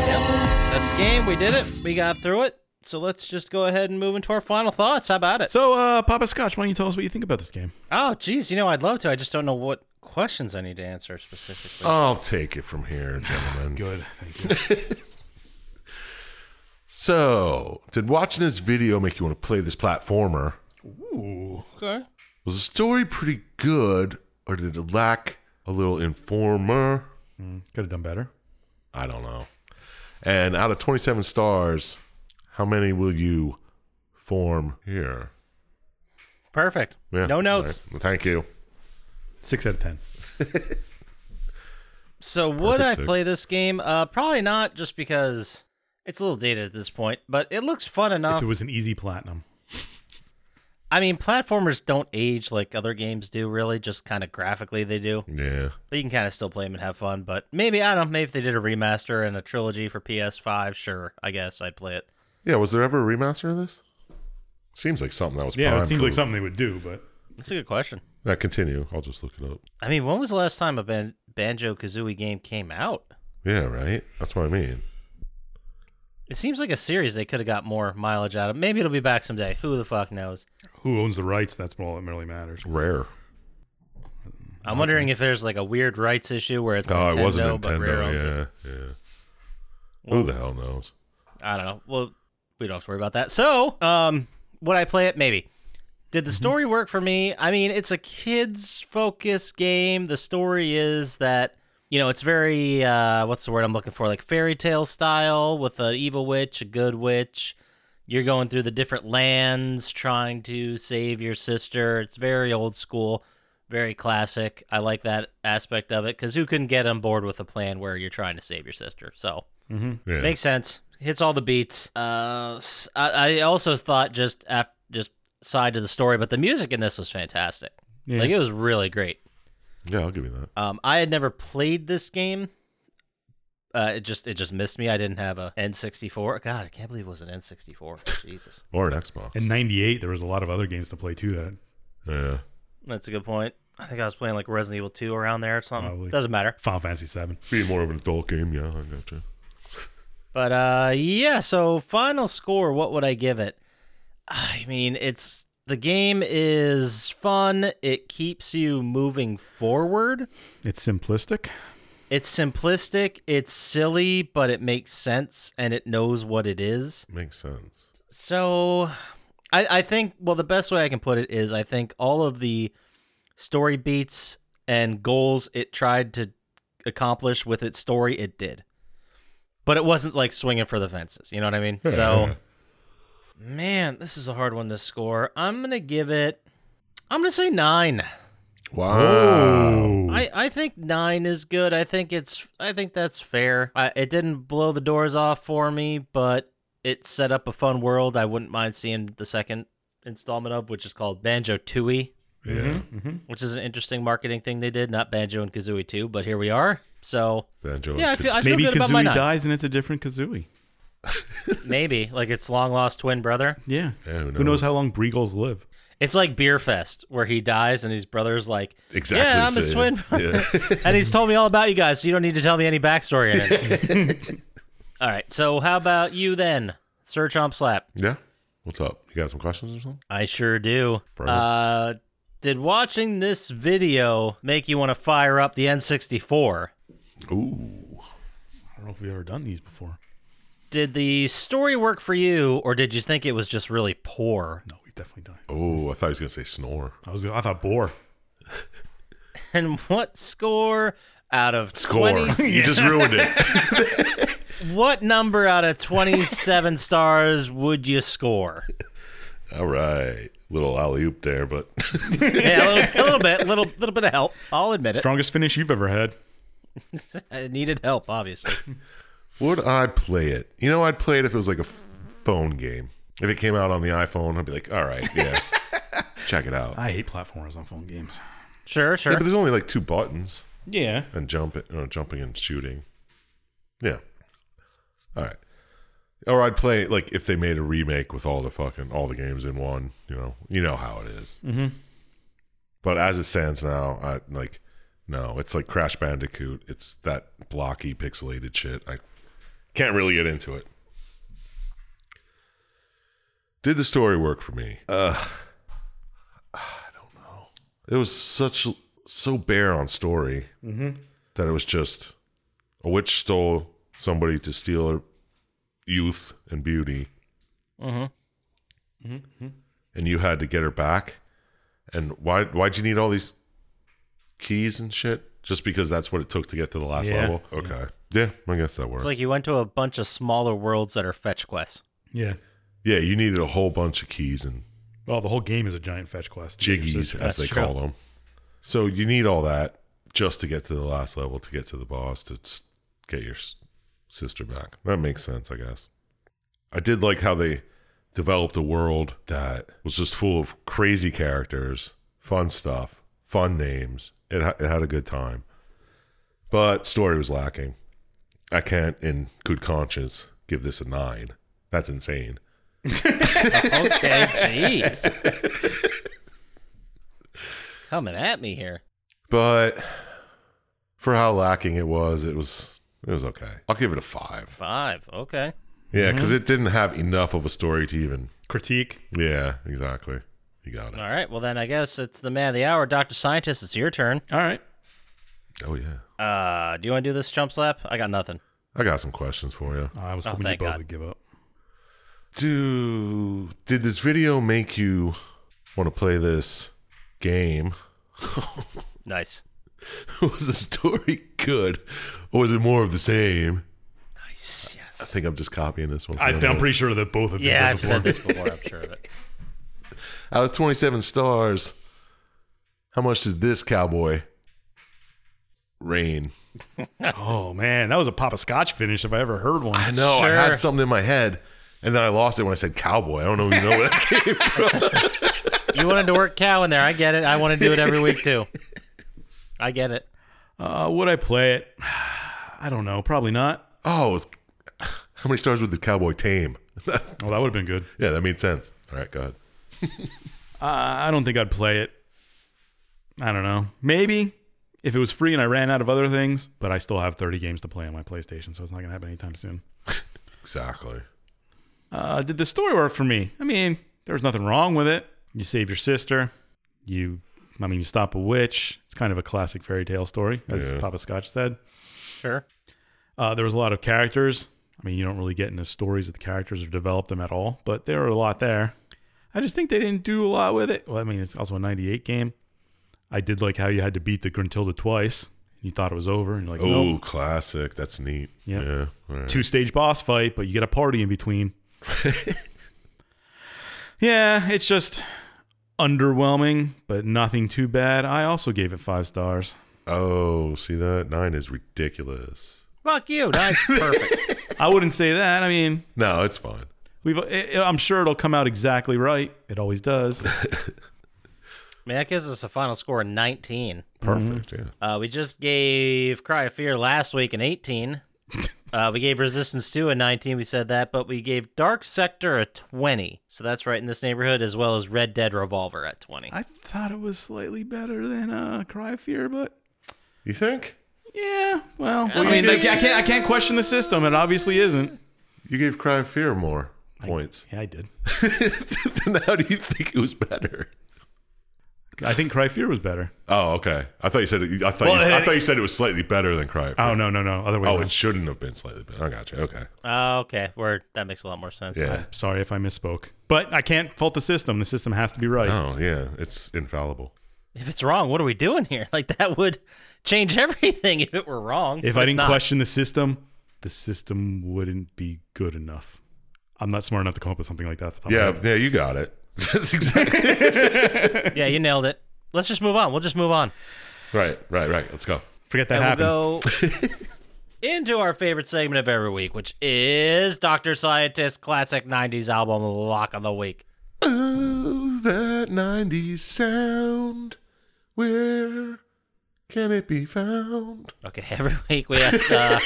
Speaker 7: Yep. That's the game. We did it. We got through it. So let's just go ahead and move into our final thoughts. How about it?
Speaker 4: So, uh, Papa Scotch, why don't you tell us what you think about this game?
Speaker 7: Oh, geez. You know, I'd love to. I just don't know what questions I need to answer specifically.
Speaker 3: I'll take it from here,
Speaker 7: Ah,
Speaker 3: gentlemen.
Speaker 4: Good, thank you.
Speaker 3: So, did watching this video make you want to play this platformer?
Speaker 7: okay.
Speaker 3: Was the story pretty good, or did it lack a little informer?
Speaker 4: Could have done better.
Speaker 3: I don't know. And out of 27 stars, how many will you form here?
Speaker 7: Perfect.
Speaker 3: Yeah.
Speaker 7: No notes.
Speaker 3: All right. Well, Thank you.
Speaker 4: Six out of ten.
Speaker 7: So would
Speaker 3: Perfect
Speaker 7: I
Speaker 3: six.
Speaker 7: play this game? Uh, probably not, just because it's a little dated at this point. But it looks fun enough.
Speaker 4: If it was an easy platinum.
Speaker 7: I mean, platformers don't age like other games do, really. Just kind of graphically, they do.
Speaker 3: Yeah.
Speaker 7: But you can kind of still play them and have fun. But maybe I don't. know, Maybe if they did a remaster and a trilogy for PS5, sure. I guess I'd play it.
Speaker 3: Yeah. Was there ever a remaster of this? Seems like something that was.
Speaker 4: Yeah,
Speaker 3: prime
Speaker 4: it seems
Speaker 3: for-
Speaker 4: like something they would do, but
Speaker 7: That's a good question.
Speaker 3: Yeah, continue. I'll just look it up.
Speaker 7: I mean, when was the last time a Ban- Banjo Kazooie game came out?
Speaker 3: Yeah. Right. That's what I mean.
Speaker 7: It seems like a series they could have got more mileage out of. Maybe it'll be back someday. Who the fuck knows?
Speaker 4: who owns the rights? That's all that really matters.
Speaker 3: Rare.
Speaker 7: I'm wondering if there's like a weird rights issue where it's
Speaker 3: Oh,
Speaker 7: Nintendo,
Speaker 3: it wasn't
Speaker 7: but Rare owns it.
Speaker 3: Nintendo. Yeah. Yeah. Who the hell knows?
Speaker 7: I don't know. Well, we don't have to worry about that. So, um, would I play it? Maybe. Did the story work for me? I mean, it's a kids focused game. The story is that you know it's very uh, what's the word I'm looking for? Like fairy tale style with an evil witch, a good witch. You're going through the different lands trying to save your sister. It's very old school, very classic. I like that aspect of it because who couldn't get on board with a plan where you're trying to save your sister? So
Speaker 3: Yeah.
Speaker 7: Makes sense. Hits all the beats. Uh, s- I, I also thought just ap- just side to the story, but the music in this was fantastic. Like it was really great.
Speaker 3: yeah. I'll give you that.
Speaker 7: Um, I had never played this game. Uh, it just it just missed me. I didn't have a N64. God, I can't believe it was an N64. Jesus,
Speaker 3: Or an Xbox.
Speaker 4: In '98, there was a lot of other games to play too. That
Speaker 3: yeah.
Speaker 7: that's a good point. I think I was playing like Resident Evil 2 around there or something.
Speaker 4: Probably.
Speaker 7: Doesn't matter.
Speaker 4: Final Fantasy VII.
Speaker 3: Be more of an adult game. Yeah. I gotcha.
Speaker 7: But uh yeah, so final score, what would I give it? I mean, it's the game is fun. It keeps you moving forward.
Speaker 4: It's simplistic.
Speaker 7: It's simplistic, it's silly, but it makes sense and it knows what it is.
Speaker 3: Makes sense.
Speaker 7: So I, I think well the best way I can put it is I think all of the story beats and goals it tried to accomplish with its story it did. But it wasn't like swinging for the fences, you know what I mean? So man, this is a hard one to score. I'm going to give it I'm going to say 9.
Speaker 4: Ah.
Speaker 3: Wow.
Speaker 4: Oh.
Speaker 7: I, I think nine is good. I think it's I think that's fair. I, it didn't blow the doors off for me, but it set up a fun world. I wouldn't mind seeing the second installment of, which is called Banjo Tooie,
Speaker 3: Yeah.
Speaker 7: which is an interesting marketing thing they did. Not Banjo and Kazooie two, but here we are. So
Speaker 3: Banjo
Speaker 7: yeah, I
Speaker 3: and
Speaker 7: feel, I feel
Speaker 4: Maybe
Speaker 7: good about my
Speaker 4: Kazooie
Speaker 7: nine.
Speaker 4: dies and it's a different Kazooie.
Speaker 7: Maybe like it's long lost twin brother.
Speaker 4: Yeah.
Speaker 3: Yeah, who
Speaker 4: Who
Speaker 3: knows?
Speaker 4: knows how long Breagles live?
Speaker 7: It's like Beer Fest where he dies and his brother's like,
Speaker 3: Exactly
Speaker 7: yeah, I'm
Speaker 3: the
Speaker 7: his
Speaker 3: same.
Speaker 7: twin brother.
Speaker 3: Yeah.
Speaker 7: and he's told me all about you guys, so you don't need to tell me any backstory in it. all right, so how about you then, Sir Chomp Slap?
Speaker 3: Yeah. What's up? You got some questions or something?
Speaker 7: I sure do.
Speaker 3: Brother.
Speaker 7: Uh, did watching this video make you want to fire up the N64?
Speaker 3: Ooh.
Speaker 4: I don't know if we've ever done these before.
Speaker 7: Did the story work for you, or did you think it was just really poor?
Speaker 4: No, we've definitely done it.
Speaker 3: Oh, I thought he was gonna say snore.
Speaker 4: I was I thought bore.
Speaker 7: And what score out of
Speaker 3: Score.
Speaker 7: 20
Speaker 3: you just ruined it.
Speaker 7: What number out of 27 stars would you score?
Speaker 3: All right. Little alley oop there, but
Speaker 7: Yeah, a little, a little bit, little little bit of help. I'll admit it.
Speaker 4: Strongest finish you've ever had.
Speaker 7: I needed help, obviously.
Speaker 3: would I play it? You know, I'd play it if it was like a f- phone game. If it came out on the iPhone, I'd be like, all right, yeah, check it out.
Speaker 4: I hate platformers on phone games.
Speaker 7: Sure,
Speaker 3: Yeah,
Speaker 7: sure.
Speaker 3: but there's only like two buttons
Speaker 4: Yeah.
Speaker 3: and jump, you know, jumping and shooting. Yeah. All right. Or I'd play like if they made a remake with all the fucking all the games in one. You know, you know how it Mm-hmm. But as it stands now, I like no. It's like Crash Bandicoot. It's that blocky, pixelated shit. I can't really get into it. Did the story work for me? Uh, I don't know. It was such so bare on story that it was just a witch stole somebody to steal her youth and beauty. Mm-hmm. And you had to get her back. And why why'd you need all these keys and shit? Just because that's what it took to get to the last
Speaker 4: Yeah.
Speaker 3: level? Okay. Yeah, I guess that works.
Speaker 7: It's like you went to a bunch of smaller worlds that are fetch quests.
Speaker 4: Yeah.
Speaker 3: yeah, you needed a whole bunch of keys and
Speaker 4: Well, the whole game is a giant fetch quest.
Speaker 3: jiggies as
Speaker 7: That's
Speaker 3: they
Speaker 7: true.
Speaker 3: call them. So you need all that just to get to the last level, to get to the boss, to s- get your s- sister back. That makes sense, I guess. I did like how they developed a world that was just full of crazy characters, fun stuff, fun names. It, ha- it had a good time, but story was lacking. I can't, in good conscience, give this a nine. That's insane.
Speaker 7: Okay, jeez. Coming at me here.
Speaker 3: but for how lacking it was, it was it was okay. I'll give it a five.
Speaker 7: Five. Okay.
Speaker 3: Yeah,
Speaker 4: Mm-hmm.
Speaker 3: because it didn't have enough of a story to even.
Speaker 4: Critique.
Speaker 3: Yeah, exactly. You got it.
Speaker 7: All right. Well, then I guess it's the man of the hour, Dr. Scientist. It's your turn.
Speaker 4: All right.
Speaker 3: Oh yeah,
Speaker 7: Uh, do you want to do this jump slap? I got nothing.
Speaker 3: I got some questions for you.
Speaker 4: I was
Speaker 7: Oh,
Speaker 4: hoping you
Speaker 7: thank
Speaker 4: both
Speaker 7: God.
Speaker 4: would give up.
Speaker 3: Do did this video make you want to play this game?
Speaker 7: Nice.
Speaker 3: was the story good, or was it more of the same?
Speaker 7: Nice.
Speaker 3: I
Speaker 7: Yes.
Speaker 3: think I'm just copying this one.
Speaker 4: I,
Speaker 3: from
Speaker 4: I'm
Speaker 3: you.
Speaker 4: pretty sure that both of you
Speaker 7: Yeah,
Speaker 4: said
Speaker 7: I've
Speaker 4: before.
Speaker 7: said this before. I'm sure of it.
Speaker 3: Out of 27 stars, how much did this cowboy rain?
Speaker 4: Oh man, that was a Papa Scotch finish if I ever heard one.
Speaker 3: I know I
Speaker 7: Sure.
Speaker 3: had something in my head, and then I lost it when I said cowboy. I don't even know where that came from.
Speaker 7: You wanted to work cow in there. I get it. I want to do it every week too. I get it.
Speaker 4: Uh, would I play it? I don't know. Probably not.
Speaker 3: Oh, it's, how many stars would the cowboy tame? yeah,
Speaker 4: Well, that would have been good.
Speaker 3: that made sense. All right, go ahead.
Speaker 4: I I don't think I'd play it. I don't know. Maybe if it was free and I ran out of other things, but I still have 30 games to play on my PlayStation, so it's not going to happen anytime soon.
Speaker 3: Exactly.
Speaker 4: Uh, did the story work for me? I mean, there was nothing wrong with it. You save your sister. You, I mean, you stop a witch. It's kind of a classic fairy tale story, as
Speaker 3: Yeah.
Speaker 4: Papa Scotch said.
Speaker 7: Sure.
Speaker 4: Uh, there was a lot of characters. I mean, you don't really get into stories of the characters or develop them at all, but there were a lot there. I just think they didn't do a lot with it. Well, I mean, it's also a 98 game. I did like how you had to beat the Gruntilda twice. You thought it was over, and you're like,
Speaker 3: Oh,
Speaker 4: no,
Speaker 3: classic. That's neat.
Speaker 4: Yep.
Speaker 3: Yeah. All right.
Speaker 4: two stage boss fight, but you get a party in between. yeah, it's just underwhelming, but nothing too bad. I also gave it five stars.
Speaker 3: Oh, see that? Nine is ridiculous.
Speaker 7: Fuck you. Nice. Perfect.
Speaker 4: I wouldn't say that. I mean,
Speaker 3: No, it's fine.
Speaker 4: we've. It, I'm sure it'll come out exactly right. It always does.
Speaker 7: I mean, that gives us a final score of 19.
Speaker 3: Perfect.
Speaker 4: Mm-hmm.
Speaker 3: Yeah.
Speaker 7: Uh, we just gave Cry of Fear last week an 18. Uh, we gave Resistance 2 a 19. We said that, but we gave Dark Sector a 20. So that's right in this neighborhood, as well as Red Dead Revolver at 20.
Speaker 4: I thought it was slightly better than uh, Cry of Fear, but
Speaker 3: You think?
Speaker 4: yeah, well, I
Speaker 3: you
Speaker 4: mean,
Speaker 3: think-
Speaker 4: I can't, I can't question the system. It obviously isn't.
Speaker 3: You gave Cry of Fear more points.
Speaker 4: Yeah, I did.
Speaker 3: then how do you think it was better?
Speaker 4: I think Cry of Fear was better.
Speaker 3: Oh, okay. I thought you said it, I thought
Speaker 4: Well,
Speaker 3: you, I
Speaker 4: it-
Speaker 3: thought you said it was slightly better than Cry. of Fear.
Speaker 4: Oh no, no, no, other way.
Speaker 3: Oh,
Speaker 4: around.
Speaker 3: it shouldn't have been slightly better. I got you. Okay.
Speaker 7: Oh, okay. Word. That makes a lot more sense.
Speaker 3: Yeah.
Speaker 4: Sorry if I misspoke, but I can't fault the system. The system has to be right.
Speaker 3: Oh, yeah. It's infallible.
Speaker 7: If it's wrong, what are we doing here? Like, that would change everything if it were wrong.
Speaker 4: if
Speaker 7: but
Speaker 4: I
Speaker 7: it's
Speaker 4: didn't
Speaker 7: not.
Speaker 4: question the system, the system wouldn't be good enough. I'm not smart enough to come up with something like that. off the top of my
Speaker 3: Yeah.
Speaker 4: head.
Speaker 3: Yeah. You got it. That's exactly
Speaker 7: Yeah, you nailed it. Let's just move on. We'll just move on.
Speaker 3: right. Right. Right. Let's go.
Speaker 4: Forget that
Speaker 7: and
Speaker 4: happened.
Speaker 7: we'll go into our favorite segment of every week, which is Dr. Scientist Classic 90s Album Lock of the Week.
Speaker 3: Oh, that '90s sound. Where can it be found?
Speaker 7: Okay, every week we ask uh,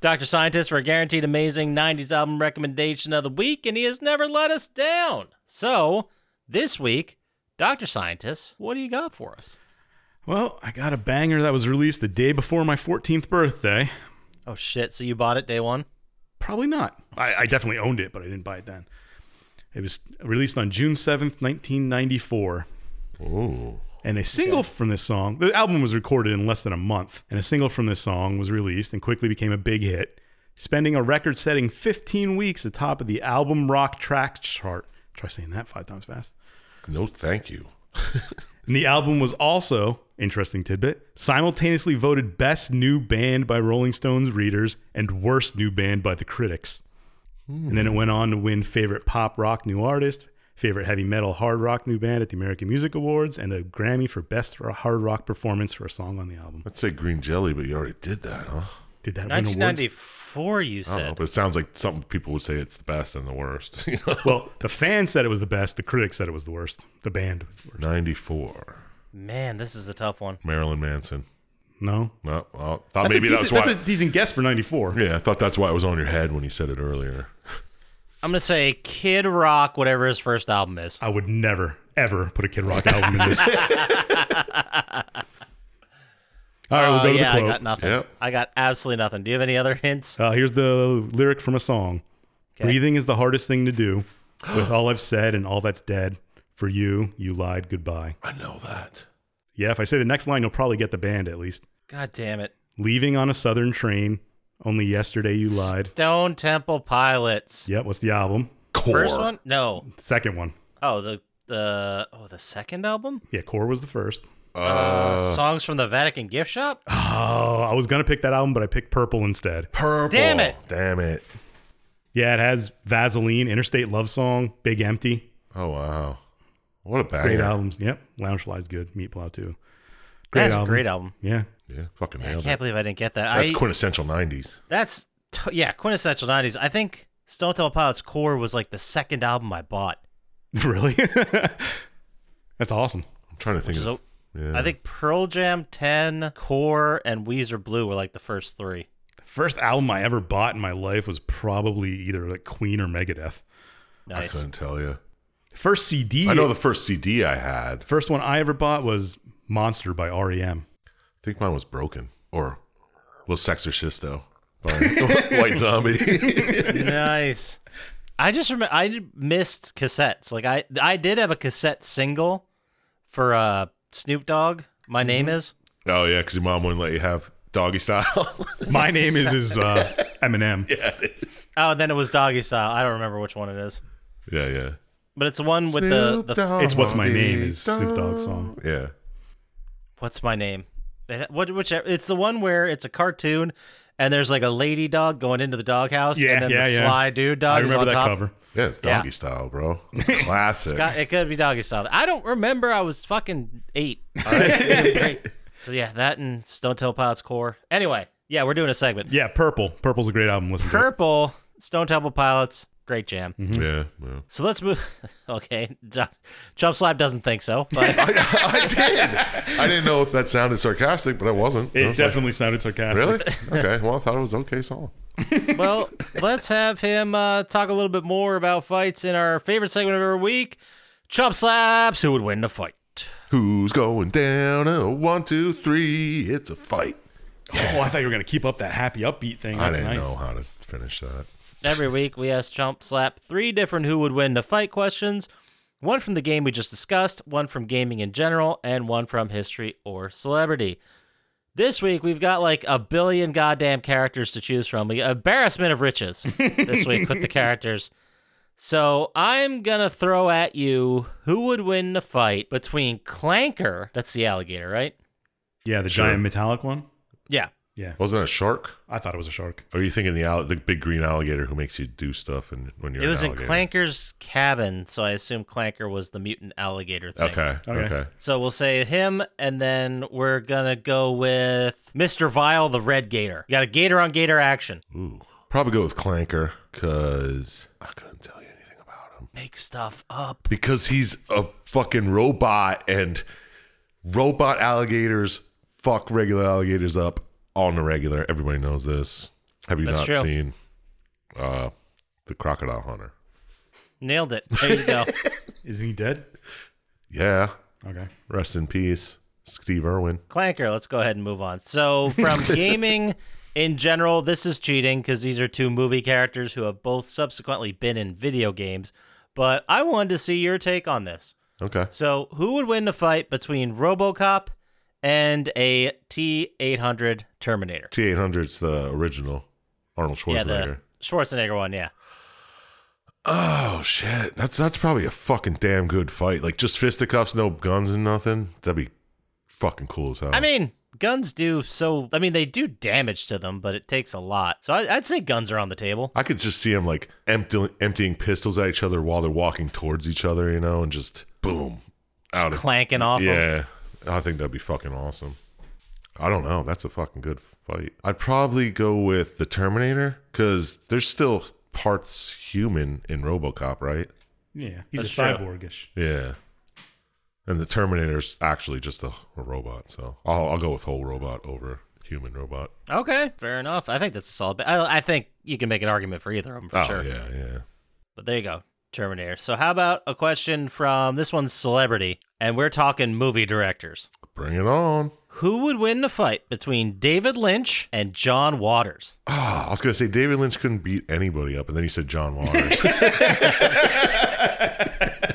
Speaker 7: Dr. Scientist for a guaranteed amazing 90s album recommendation of the week, and he has never let us down. So, this week, Dr. Scientist, what do you got for us?
Speaker 4: Well, I got a banger that was released the day before my 14th birthday.
Speaker 7: Oh, shit. So, you bought it day one?
Speaker 4: Probably not. I, I definitely owned it, but I didn't buy it then. It was released on June 7th, 1994.
Speaker 3: Oh,
Speaker 4: And a single from this song, the album was recorded in less than a month, and a single from this song was released and quickly became a big hit, spending a record setting 15 weeks atop of the album rock track chart. Try saying that five times fast.
Speaker 3: no, thank you.
Speaker 4: And the album was also, interesting tidbit, simultaneously voted best new band by Rolling Stones readers and worst new band by the critics. And then it went on to win favorite pop rock new artist, favorite heavy metal hard rock new band at the American Music Awards, and a Grammy for best hard rock performance for a song on the album.
Speaker 3: I'd say green jelly, but you already did that, huh?
Speaker 4: Did that win awards?
Speaker 7: 1994, you
Speaker 3: I don't know,
Speaker 7: said.
Speaker 3: but it sounds like something people would say it's the best and the worst. you know?
Speaker 4: Well, the fans said it was the best. The critics said it was the worst. The band was the worst.
Speaker 3: 94.
Speaker 7: Man, this is a tough one.
Speaker 3: Marilyn Manson.
Speaker 4: No,
Speaker 3: No, well, thought
Speaker 4: that's
Speaker 3: maybe
Speaker 4: a
Speaker 3: that's
Speaker 4: decent,
Speaker 3: why.
Speaker 4: that's a decent guess for '94.
Speaker 3: yeah, I thought that's why it was on your head when you said it earlier.
Speaker 7: I'm gonna say Kid Rock, whatever his first album is.
Speaker 4: I would never ever put a Kid Rock album in this. All right, we'll
Speaker 7: Oh,
Speaker 4: go to
Speaker 7: yeah,
Speaker 4: the
Speaker 7: I
Speaker 4: quote.
Speaker 7: got nothing.
Speaker 3: Yep.
Speaker 7: I got absolutely nothing. Do you have any other hints?
Speaker 4: Uh, here's the lyric from a song.
Speaker 7: Okay.
Speaker 4: Breathing is the hardest thing to do. With all I've said and all that's dead for you, you lied goodbye.
Speaker 3: I know that.
Speaker 4: Yeah, if I say the next line, you'll probably get the band at least.
Speaker 7: God damn it.
Speaker 4: Leaving on a southern train. Only yesterday you lied.
Speaker 7: Stone Temple Pilots.
Speaker 4: Yep, what's the album?
Speaker 3: Core.
Speaker 7: First one? No.
Speaker 4: Second one.
Speaker 7: Oh, the the oh the second album?
Speaker 4: Yeah, Core was the first.
Speaker 7: Uh, Songs from the Vatican Gift Shop?
Speaker 4: Oh, I was going to pick that album, but I picked Purple instead.
Speaker 3: Purple.
Speaker 7: Damn it.
Speaker 3: Damn it.
Speaker 4: Yeah, it has Vaseline, Interstate Love Song, Big Empty.
Speaker 3: Oh, wow. What a banger.
Speaker 4: Great albums. Yep, Lounge Fly's good. Meat Plow too. Great
Speaker 7: That's
Speaker 4: album.
Speaker 7: a great album.
Speaker 4: Yeah.
Speaker 3: Yeah, fucking
Speaker 7: I
Speaker 3: nailed
Speaker 7: can't
Speaker 3: it.
Speaker 7: believe I didn't get that.
Speaker 3: That's
Speaker 7: I,
Speaker 3: quintessential 90s.
Speaker 7: That's t- yeah, quintessential '90s. I think Stone Temple Pilots Core was like the second album I bought.
Speaker 4: Really? That's awesome.
Speaker 3: I'm trying to think
Speaker 7: So
Speaker 3: of. Yeah.
Speaker 7: I think Pearl Jam, Ten, Core, and Weezer Blue were like the first three.
Speaker 4: First album I ever bought in my life was probably either like Queen or Megadeth.
Speaker 3: I
Speaker 7: Nice.
Speaker 3: couldn't tell you.
Speaker 4: First CD.
Speaker 3: I know the first CD I had. I
Speaker 4: first one I ever bought was Monster by E REM.
Speaker 3: think mine was broken or Los Exorcisto by White Zombie.
Speaker 7: nice. I just remember I did- missed cassettes. Like I I did have a cassette single for uh Snoop Dogg. My
Speaker 3: Mm-hmm.
Speaker 7: name is.
Speaker 3: oh, yeah, because your mom wouldn't let you have doggy style.
Speaker 4: My name is is uh, Eminem.
Speaker 3: yeah, it is.
Speaker 7: Oh, and then it was Doggy Style. I don't remember which one it is,
Speaker 3: Yeah, yeah.
Speaker 7: but it's the one with the,
Speaker 3: Snoop
Speaker 7: the
Speaker 3: Dogg.
Speaker 4: It's what's my name is Snoop Dogg song.
Speaker 3: Yeah.
Speaker 7: what's my name? It- What which it's the one where it's a cartoon and there's like a lady dog going into the doghouse
Speaker 4: Yeah,
Speaker 7: and then
Speaker 4: yeah,
Speaker 7: the
Speaker 4: yeah.
Speaker 7: sly dude dog
Speaker 4: I
Speaker 7: is
Speaker 4: remember
Speaker 7: on
Speaker 4: that
Speaker 7: top.
Speaker 4: cover.
Speaker 3: Yeah, it's
Speaker 7: Yeah.
Speaker 3: doggy style, bro. It's classic.
Speaker 7: God, it could be doggy style. I don't remember. I was fucking eight. All right? Great. So yeah, that and Stone Temple Pilots core. Anyway, yeah, we're doing a segment.
Speaker 4: Yeah, Purple. Purple's a great album. Listen to it.
Speaker 7: Purple Stone Temple Pilots, great jam.
Speaker 4: Mm-hmm.
Speaker 3: yeah, yeah.
Speaker 7: So let's move. Okay, Jo- Chump Slab doesn't think so, but
Speaker 3: I, I did. I didn't know if that sounded sarcastic, but I wasn't. I
Speaker 4: It
Speaker 3: was like,
Speaker 4: definitely sounded sarcastic.
Speaker 3: really? Okay. Well, I thought it was okay song.
Speaker 7: well, let's have him uh, talk a little bit more about fights in our favorite segment of every week. Chump Slabs, who would win the fight?
Speaker 3: Who's going down? Oh, one, two, three. It's a fight.
Speaker 4: Oh, I thought you were gonna keep up that happy upbeat thing.
Speaker 3: I
Speaker 4: That's
Speaker 3: didn't
Speaker 4: nice.
Speaker 3: know how to finish that.
Speaker 7: Every week, we ask Chump Slap three different who would win the fight questions one from the game we just discussed, one from gaming in general, and one from history or celebrity. This week, we've got like a billion goddamn characters to choose from. We embarrassment of riches this week with the characters. So I'm going to throw at you who would win the fight between Clanker, that's the alligator, right?
Speaker 4: Yeah, the
Speaker 3: Sure.
Speaker 4: giant metallic one.
Speaker 7: Yeah.
Speaker 4: Yeah,
Speaker 3: Wasn't it a shark?
Speaker 4: I thought it was a shark.
Speaker 3: Or are you thinking the all- the big green alligator who makes you do stuff and when you're
Speaker 7: It was
Speaker 3: an
Speaker 7: in
Speaker 3: alligator?
Speaker 7: Clanker's cabin, so I assume Clanker was the mutant alligator thing.
Speaker 3: Okay. Okay.
Speaker 4: Okay.
Speaker 7: So we'll say him, and then we're gonna go with Mr. Vile, the Red Gator. We got a Gator on Gator action.
Speaker 3: Ooh. Probably go with Clanker because I couldn't tell you anything about him.
Speaker 7: Make stuff up.
Speaker 3: because he's a fucking robot and robot alligators fuck regular alligators up on the regular. Everybody knows this. Have you
Speaker 7: That's
Speaker 3: not
Speaker 7: true.
Speaker 3: seen uh the crocodile hunter?
Speaker 7: Nailed it. There you go.
Speaker 4: Isn't he dead?
Speaker 3: Yeah.
Speaker 4: Okay.
Speaker 3: Rest in peace, Steve Irwin.
Speaker 7: Clanker. Let's go ahead and move on. So from gaming in general, this is cheating because these are two movie characters who have both subsequently been in video games. But I wanted to see your take on this.
Speaker 3: Okay.
Speaker 7: So who would win the fight between RoboCop and a T800 Terminator?
Speaker 3: T eight hundred's the original Arnold
Speaker 7: Yeah,
Speaker 3: Schwarzenegger.
Speaker 7: the Schwarzenegger one. Yeah.
Speaker 3: Oh shit. That's that's probably a fucking damn good fight. Like just fisticuffs, no guns and nothing. That'd be fucking cool as hell.
Speaker 7: I mean, guns do so. I mean, they do damage to them, but it takes a lot. So I, I'd say guns are on the table.
Speaker 3: I could just see them like empty, emptying pistols at each other while they're walking towards each other, you know, and just boom, out of
Speaker 7: Clanking off. 'em.
Speaker 3: yeah. I think that'd be fucking awesome. I don't know. That's a fucking good fight. I'd probably go with the Terminator because there's still parts human in RoboCop, right?
Speaker 4: Yeah, he's
Speaker 7: That's
Speaker 4: a
Speaker 7: true.
Speaker 4: cyborgish.
Speaker 3: Yeah. And the Terminator's actually just a, a robot, so I'll, I'll go with whole robot over human robot.
Speaker 7: Okay, fair enough. I think that's a solid. bet. I, I think you can make an argument for either of them for
Speaker 3: oh
Speaker 7: sure.
Speaker 3: yeah, yeah.
Speaker 7: But there you go, Terminator. So how about a question from this one's celebrity, and we're talking movie directors.
Speaker 3: Bring it on.
Speaker 7: Who would win the fight between David Lynch and John Waters?
Speaker 3: Ah, I was gonna say David Lynch couldn't beat anybody up, and then he said John Waters.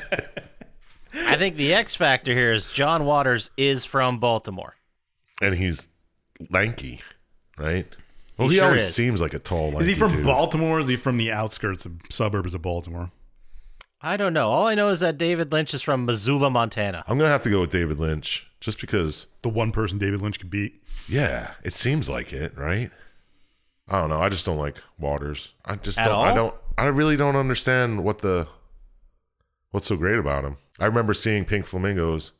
Speaker 7: I think the X factor here is John Waters is from Baltimore.
Speaker 3: and he's lanky, right? Well,
Speaker 7: He
Speaker 3: he,
Speaker 7: sure
Speaker 3: always
Speaker 7: is.
Speaker 3: seems like a tall. Lanky
Speaker 4: Is he from
Speaker 3: dude.
Speaker 4: Baltimore? Or is he from the outskirts of suburbs of Baltimore?
Speaker 7: I don't know. All I know is that David Lynch is from Missoula, Montana.
Speaker 3: I'm gonna have to go with David Lynch just because.
Speaker 4: The one person David Lynch could beat.
Speaker 3: Yeah, it seems like it, right? I don't know. I just don't like Waters. I just
Speaker 7: At
Speaker 3: don't. I
Speaker 7: all?
Speaker 3: don't. I really don't understand what the what's so great about him. I remember seeing Pink Flamingos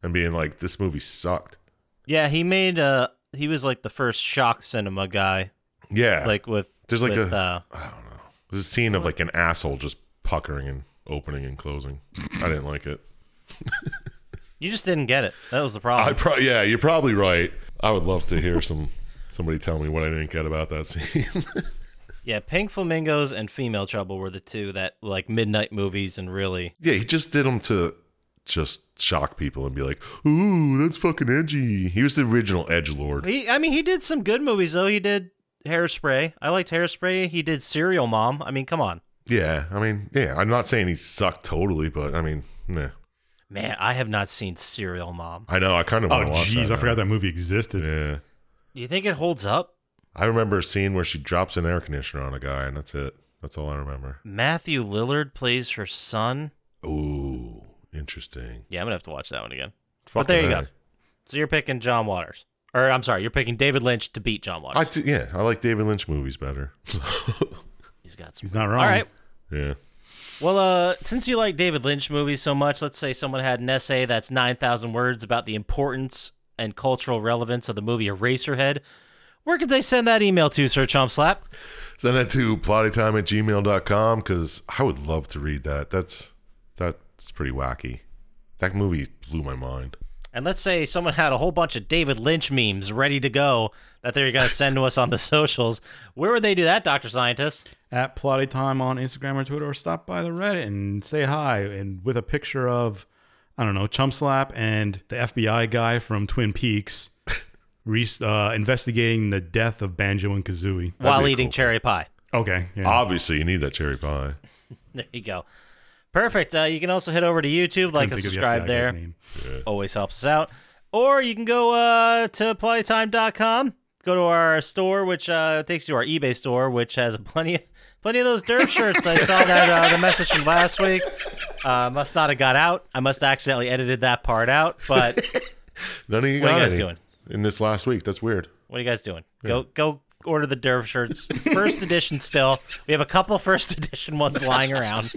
Speaker 3: and being like, "This movie sucked."
Speaker 7: Yeah, he made uh he was like the first shock cinema guy,
Speaker 3: Yeah,
Speaker 7: like with
Speaker 3: There's like
Speaker 7: with,
Speaker 3: a-
Speaker 7: uh,
Speaker 3: There's a scene of like an asshole just puckering and opening and closing. I didn't like it.
Speaker 7: you just didn't get it. That was the
Speaker 3: I
Speaker 7: problem.
Speaker 3: pro- yeah, you're probably right. I would love to hear some somebody tell me what I didn't get about that scene.
Speaker 7: yeah, Pink Flamingos and Female Trouble were the two that like midnight movies and really
Speaker 3: yeah, he just did them to just shock people and be like, "Ooh, that's fucking edgy." He was the original edge lord.
Speaker 7: He, I mean, he did some good movies though. He did Hairspray. I liked Hairspray. He did Serial Mom. I mean, come on,
Speaker 3: Yeah, I mean, yeah, I'm not saying he sucked totally, but I mean, nah.
Speaker 7: man. I have not seen Serial Mom.
Speaker 3: I know. I kind of
Speaker 4: Oh,
Speaker 3: want to watch
Speaker 4: jeez,
Speaker 3: that
Speaker 4: I forgot that
Speaker 3: now.
Speaker 4: movie existed.
Speaker 3: Yeah,
Speaker 7: Do you think it holds up?
Speaker 3: I remember a scene where she drops an air conditioner on a guy, and that's it. That's all I remember.
Speaker 7: Matthew Lillard plays her son.
Speaker 3: Ooh, interesting.
Speaker 7: Yeah, I'm gonna have to watch that one again.
Speaker 3: Fucking
Speaker 7: there you
Speaker 3: A.
Speaker 7: go. So you're picking John Waters, or I'm sorry, you're picking David Lynch to beat John
Speaker 3: I
Speaker 7: Waters.
Speaker 3: do, yeah, I like David Lynch movies better.
Speaker 7: He's got some.
Speaker 4: He's not wrong.
Speaker 7: All right.
Speaker 3: yeah.
Speaker 7: Well, uh, since you like David Lynch movies so much, let's say someone had an essay that's 9,000 words about the importance and cultural relevance of the movie Eraserhead. Where could they send that email to, Sir Chomp Slap?
Speaker 3: Send that to plottytime at gmail.com because I would love to read that. That's that's pretty wacky. That movie blew my mind.
Speaker 7: And let's say someone had a whole bunch of David Lynch memes ready to go that they're going to send to us on the socials. Where would they do that, Dr. Scientist?
Speaker 4: At Plotty Time on Instagram or Twitter, or stop by the Reddit and say hi, and with a picture of, I don't know, Chump Slap and the FBI guy from Twin Peaks, re- uh, investigating the death of Banjo and Kazooie.
Speaker 7: While eating cherry pie.
Speaker 4: Okay, yeah.
Speaker 3: Obviously, you need that cherry pie.
Speaker 7: There you go. Perfect. Uh, you can also head over to YouTube, like
Speaker 4: Couldn't think
Speaker 7: and
Speaker 4: of the
Speaker 7: subscribe
Speaker 4: FBI guy's
Speaker 7: there.
Speaker 4: name.
Speaker 7: always helps us out. Or you can go uh, to playtime.com, go to our store, which uh, takes you to our eBay store, which has plenty of, plenty of those derp shirts. I saw that uh, the message from last week. Uh, must not have got out. I must have accidentally edited that part out. But
Speaker 3: None of you
Speaker 7: What are
Speaker 3: got
Speaker 7: you guys
Speaker 3: any
Speaker 7: doing?
Speaker 3: in this last week. That's weird.
Speaker 7: what are you guys doing? Go go order the derp shirts. First edition still. We have a couple first edition ones lying around.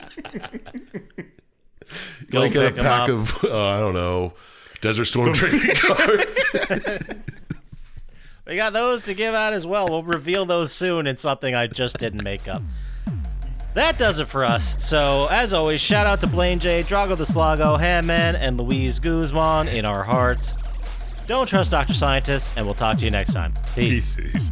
Speaker 7: Go
Speaker 3: like a
Speaker 7: pick 'em
Speaker 3: pack
Speaker 7: up.
Speaker 3: of, uh, I don't know, Desert Storm trading cards.
Speaker 7: We got those to give out as well. We'll reveal those soon in something I just didn't make up. That does it for us. So, as always, shout out to Blaine J, Drago the Slago, Handman, and Louise Guzman in our hearts. Don't trust Dr. Scientist, and we'll talk to you next time. Peace.
Speaker 4: Peace.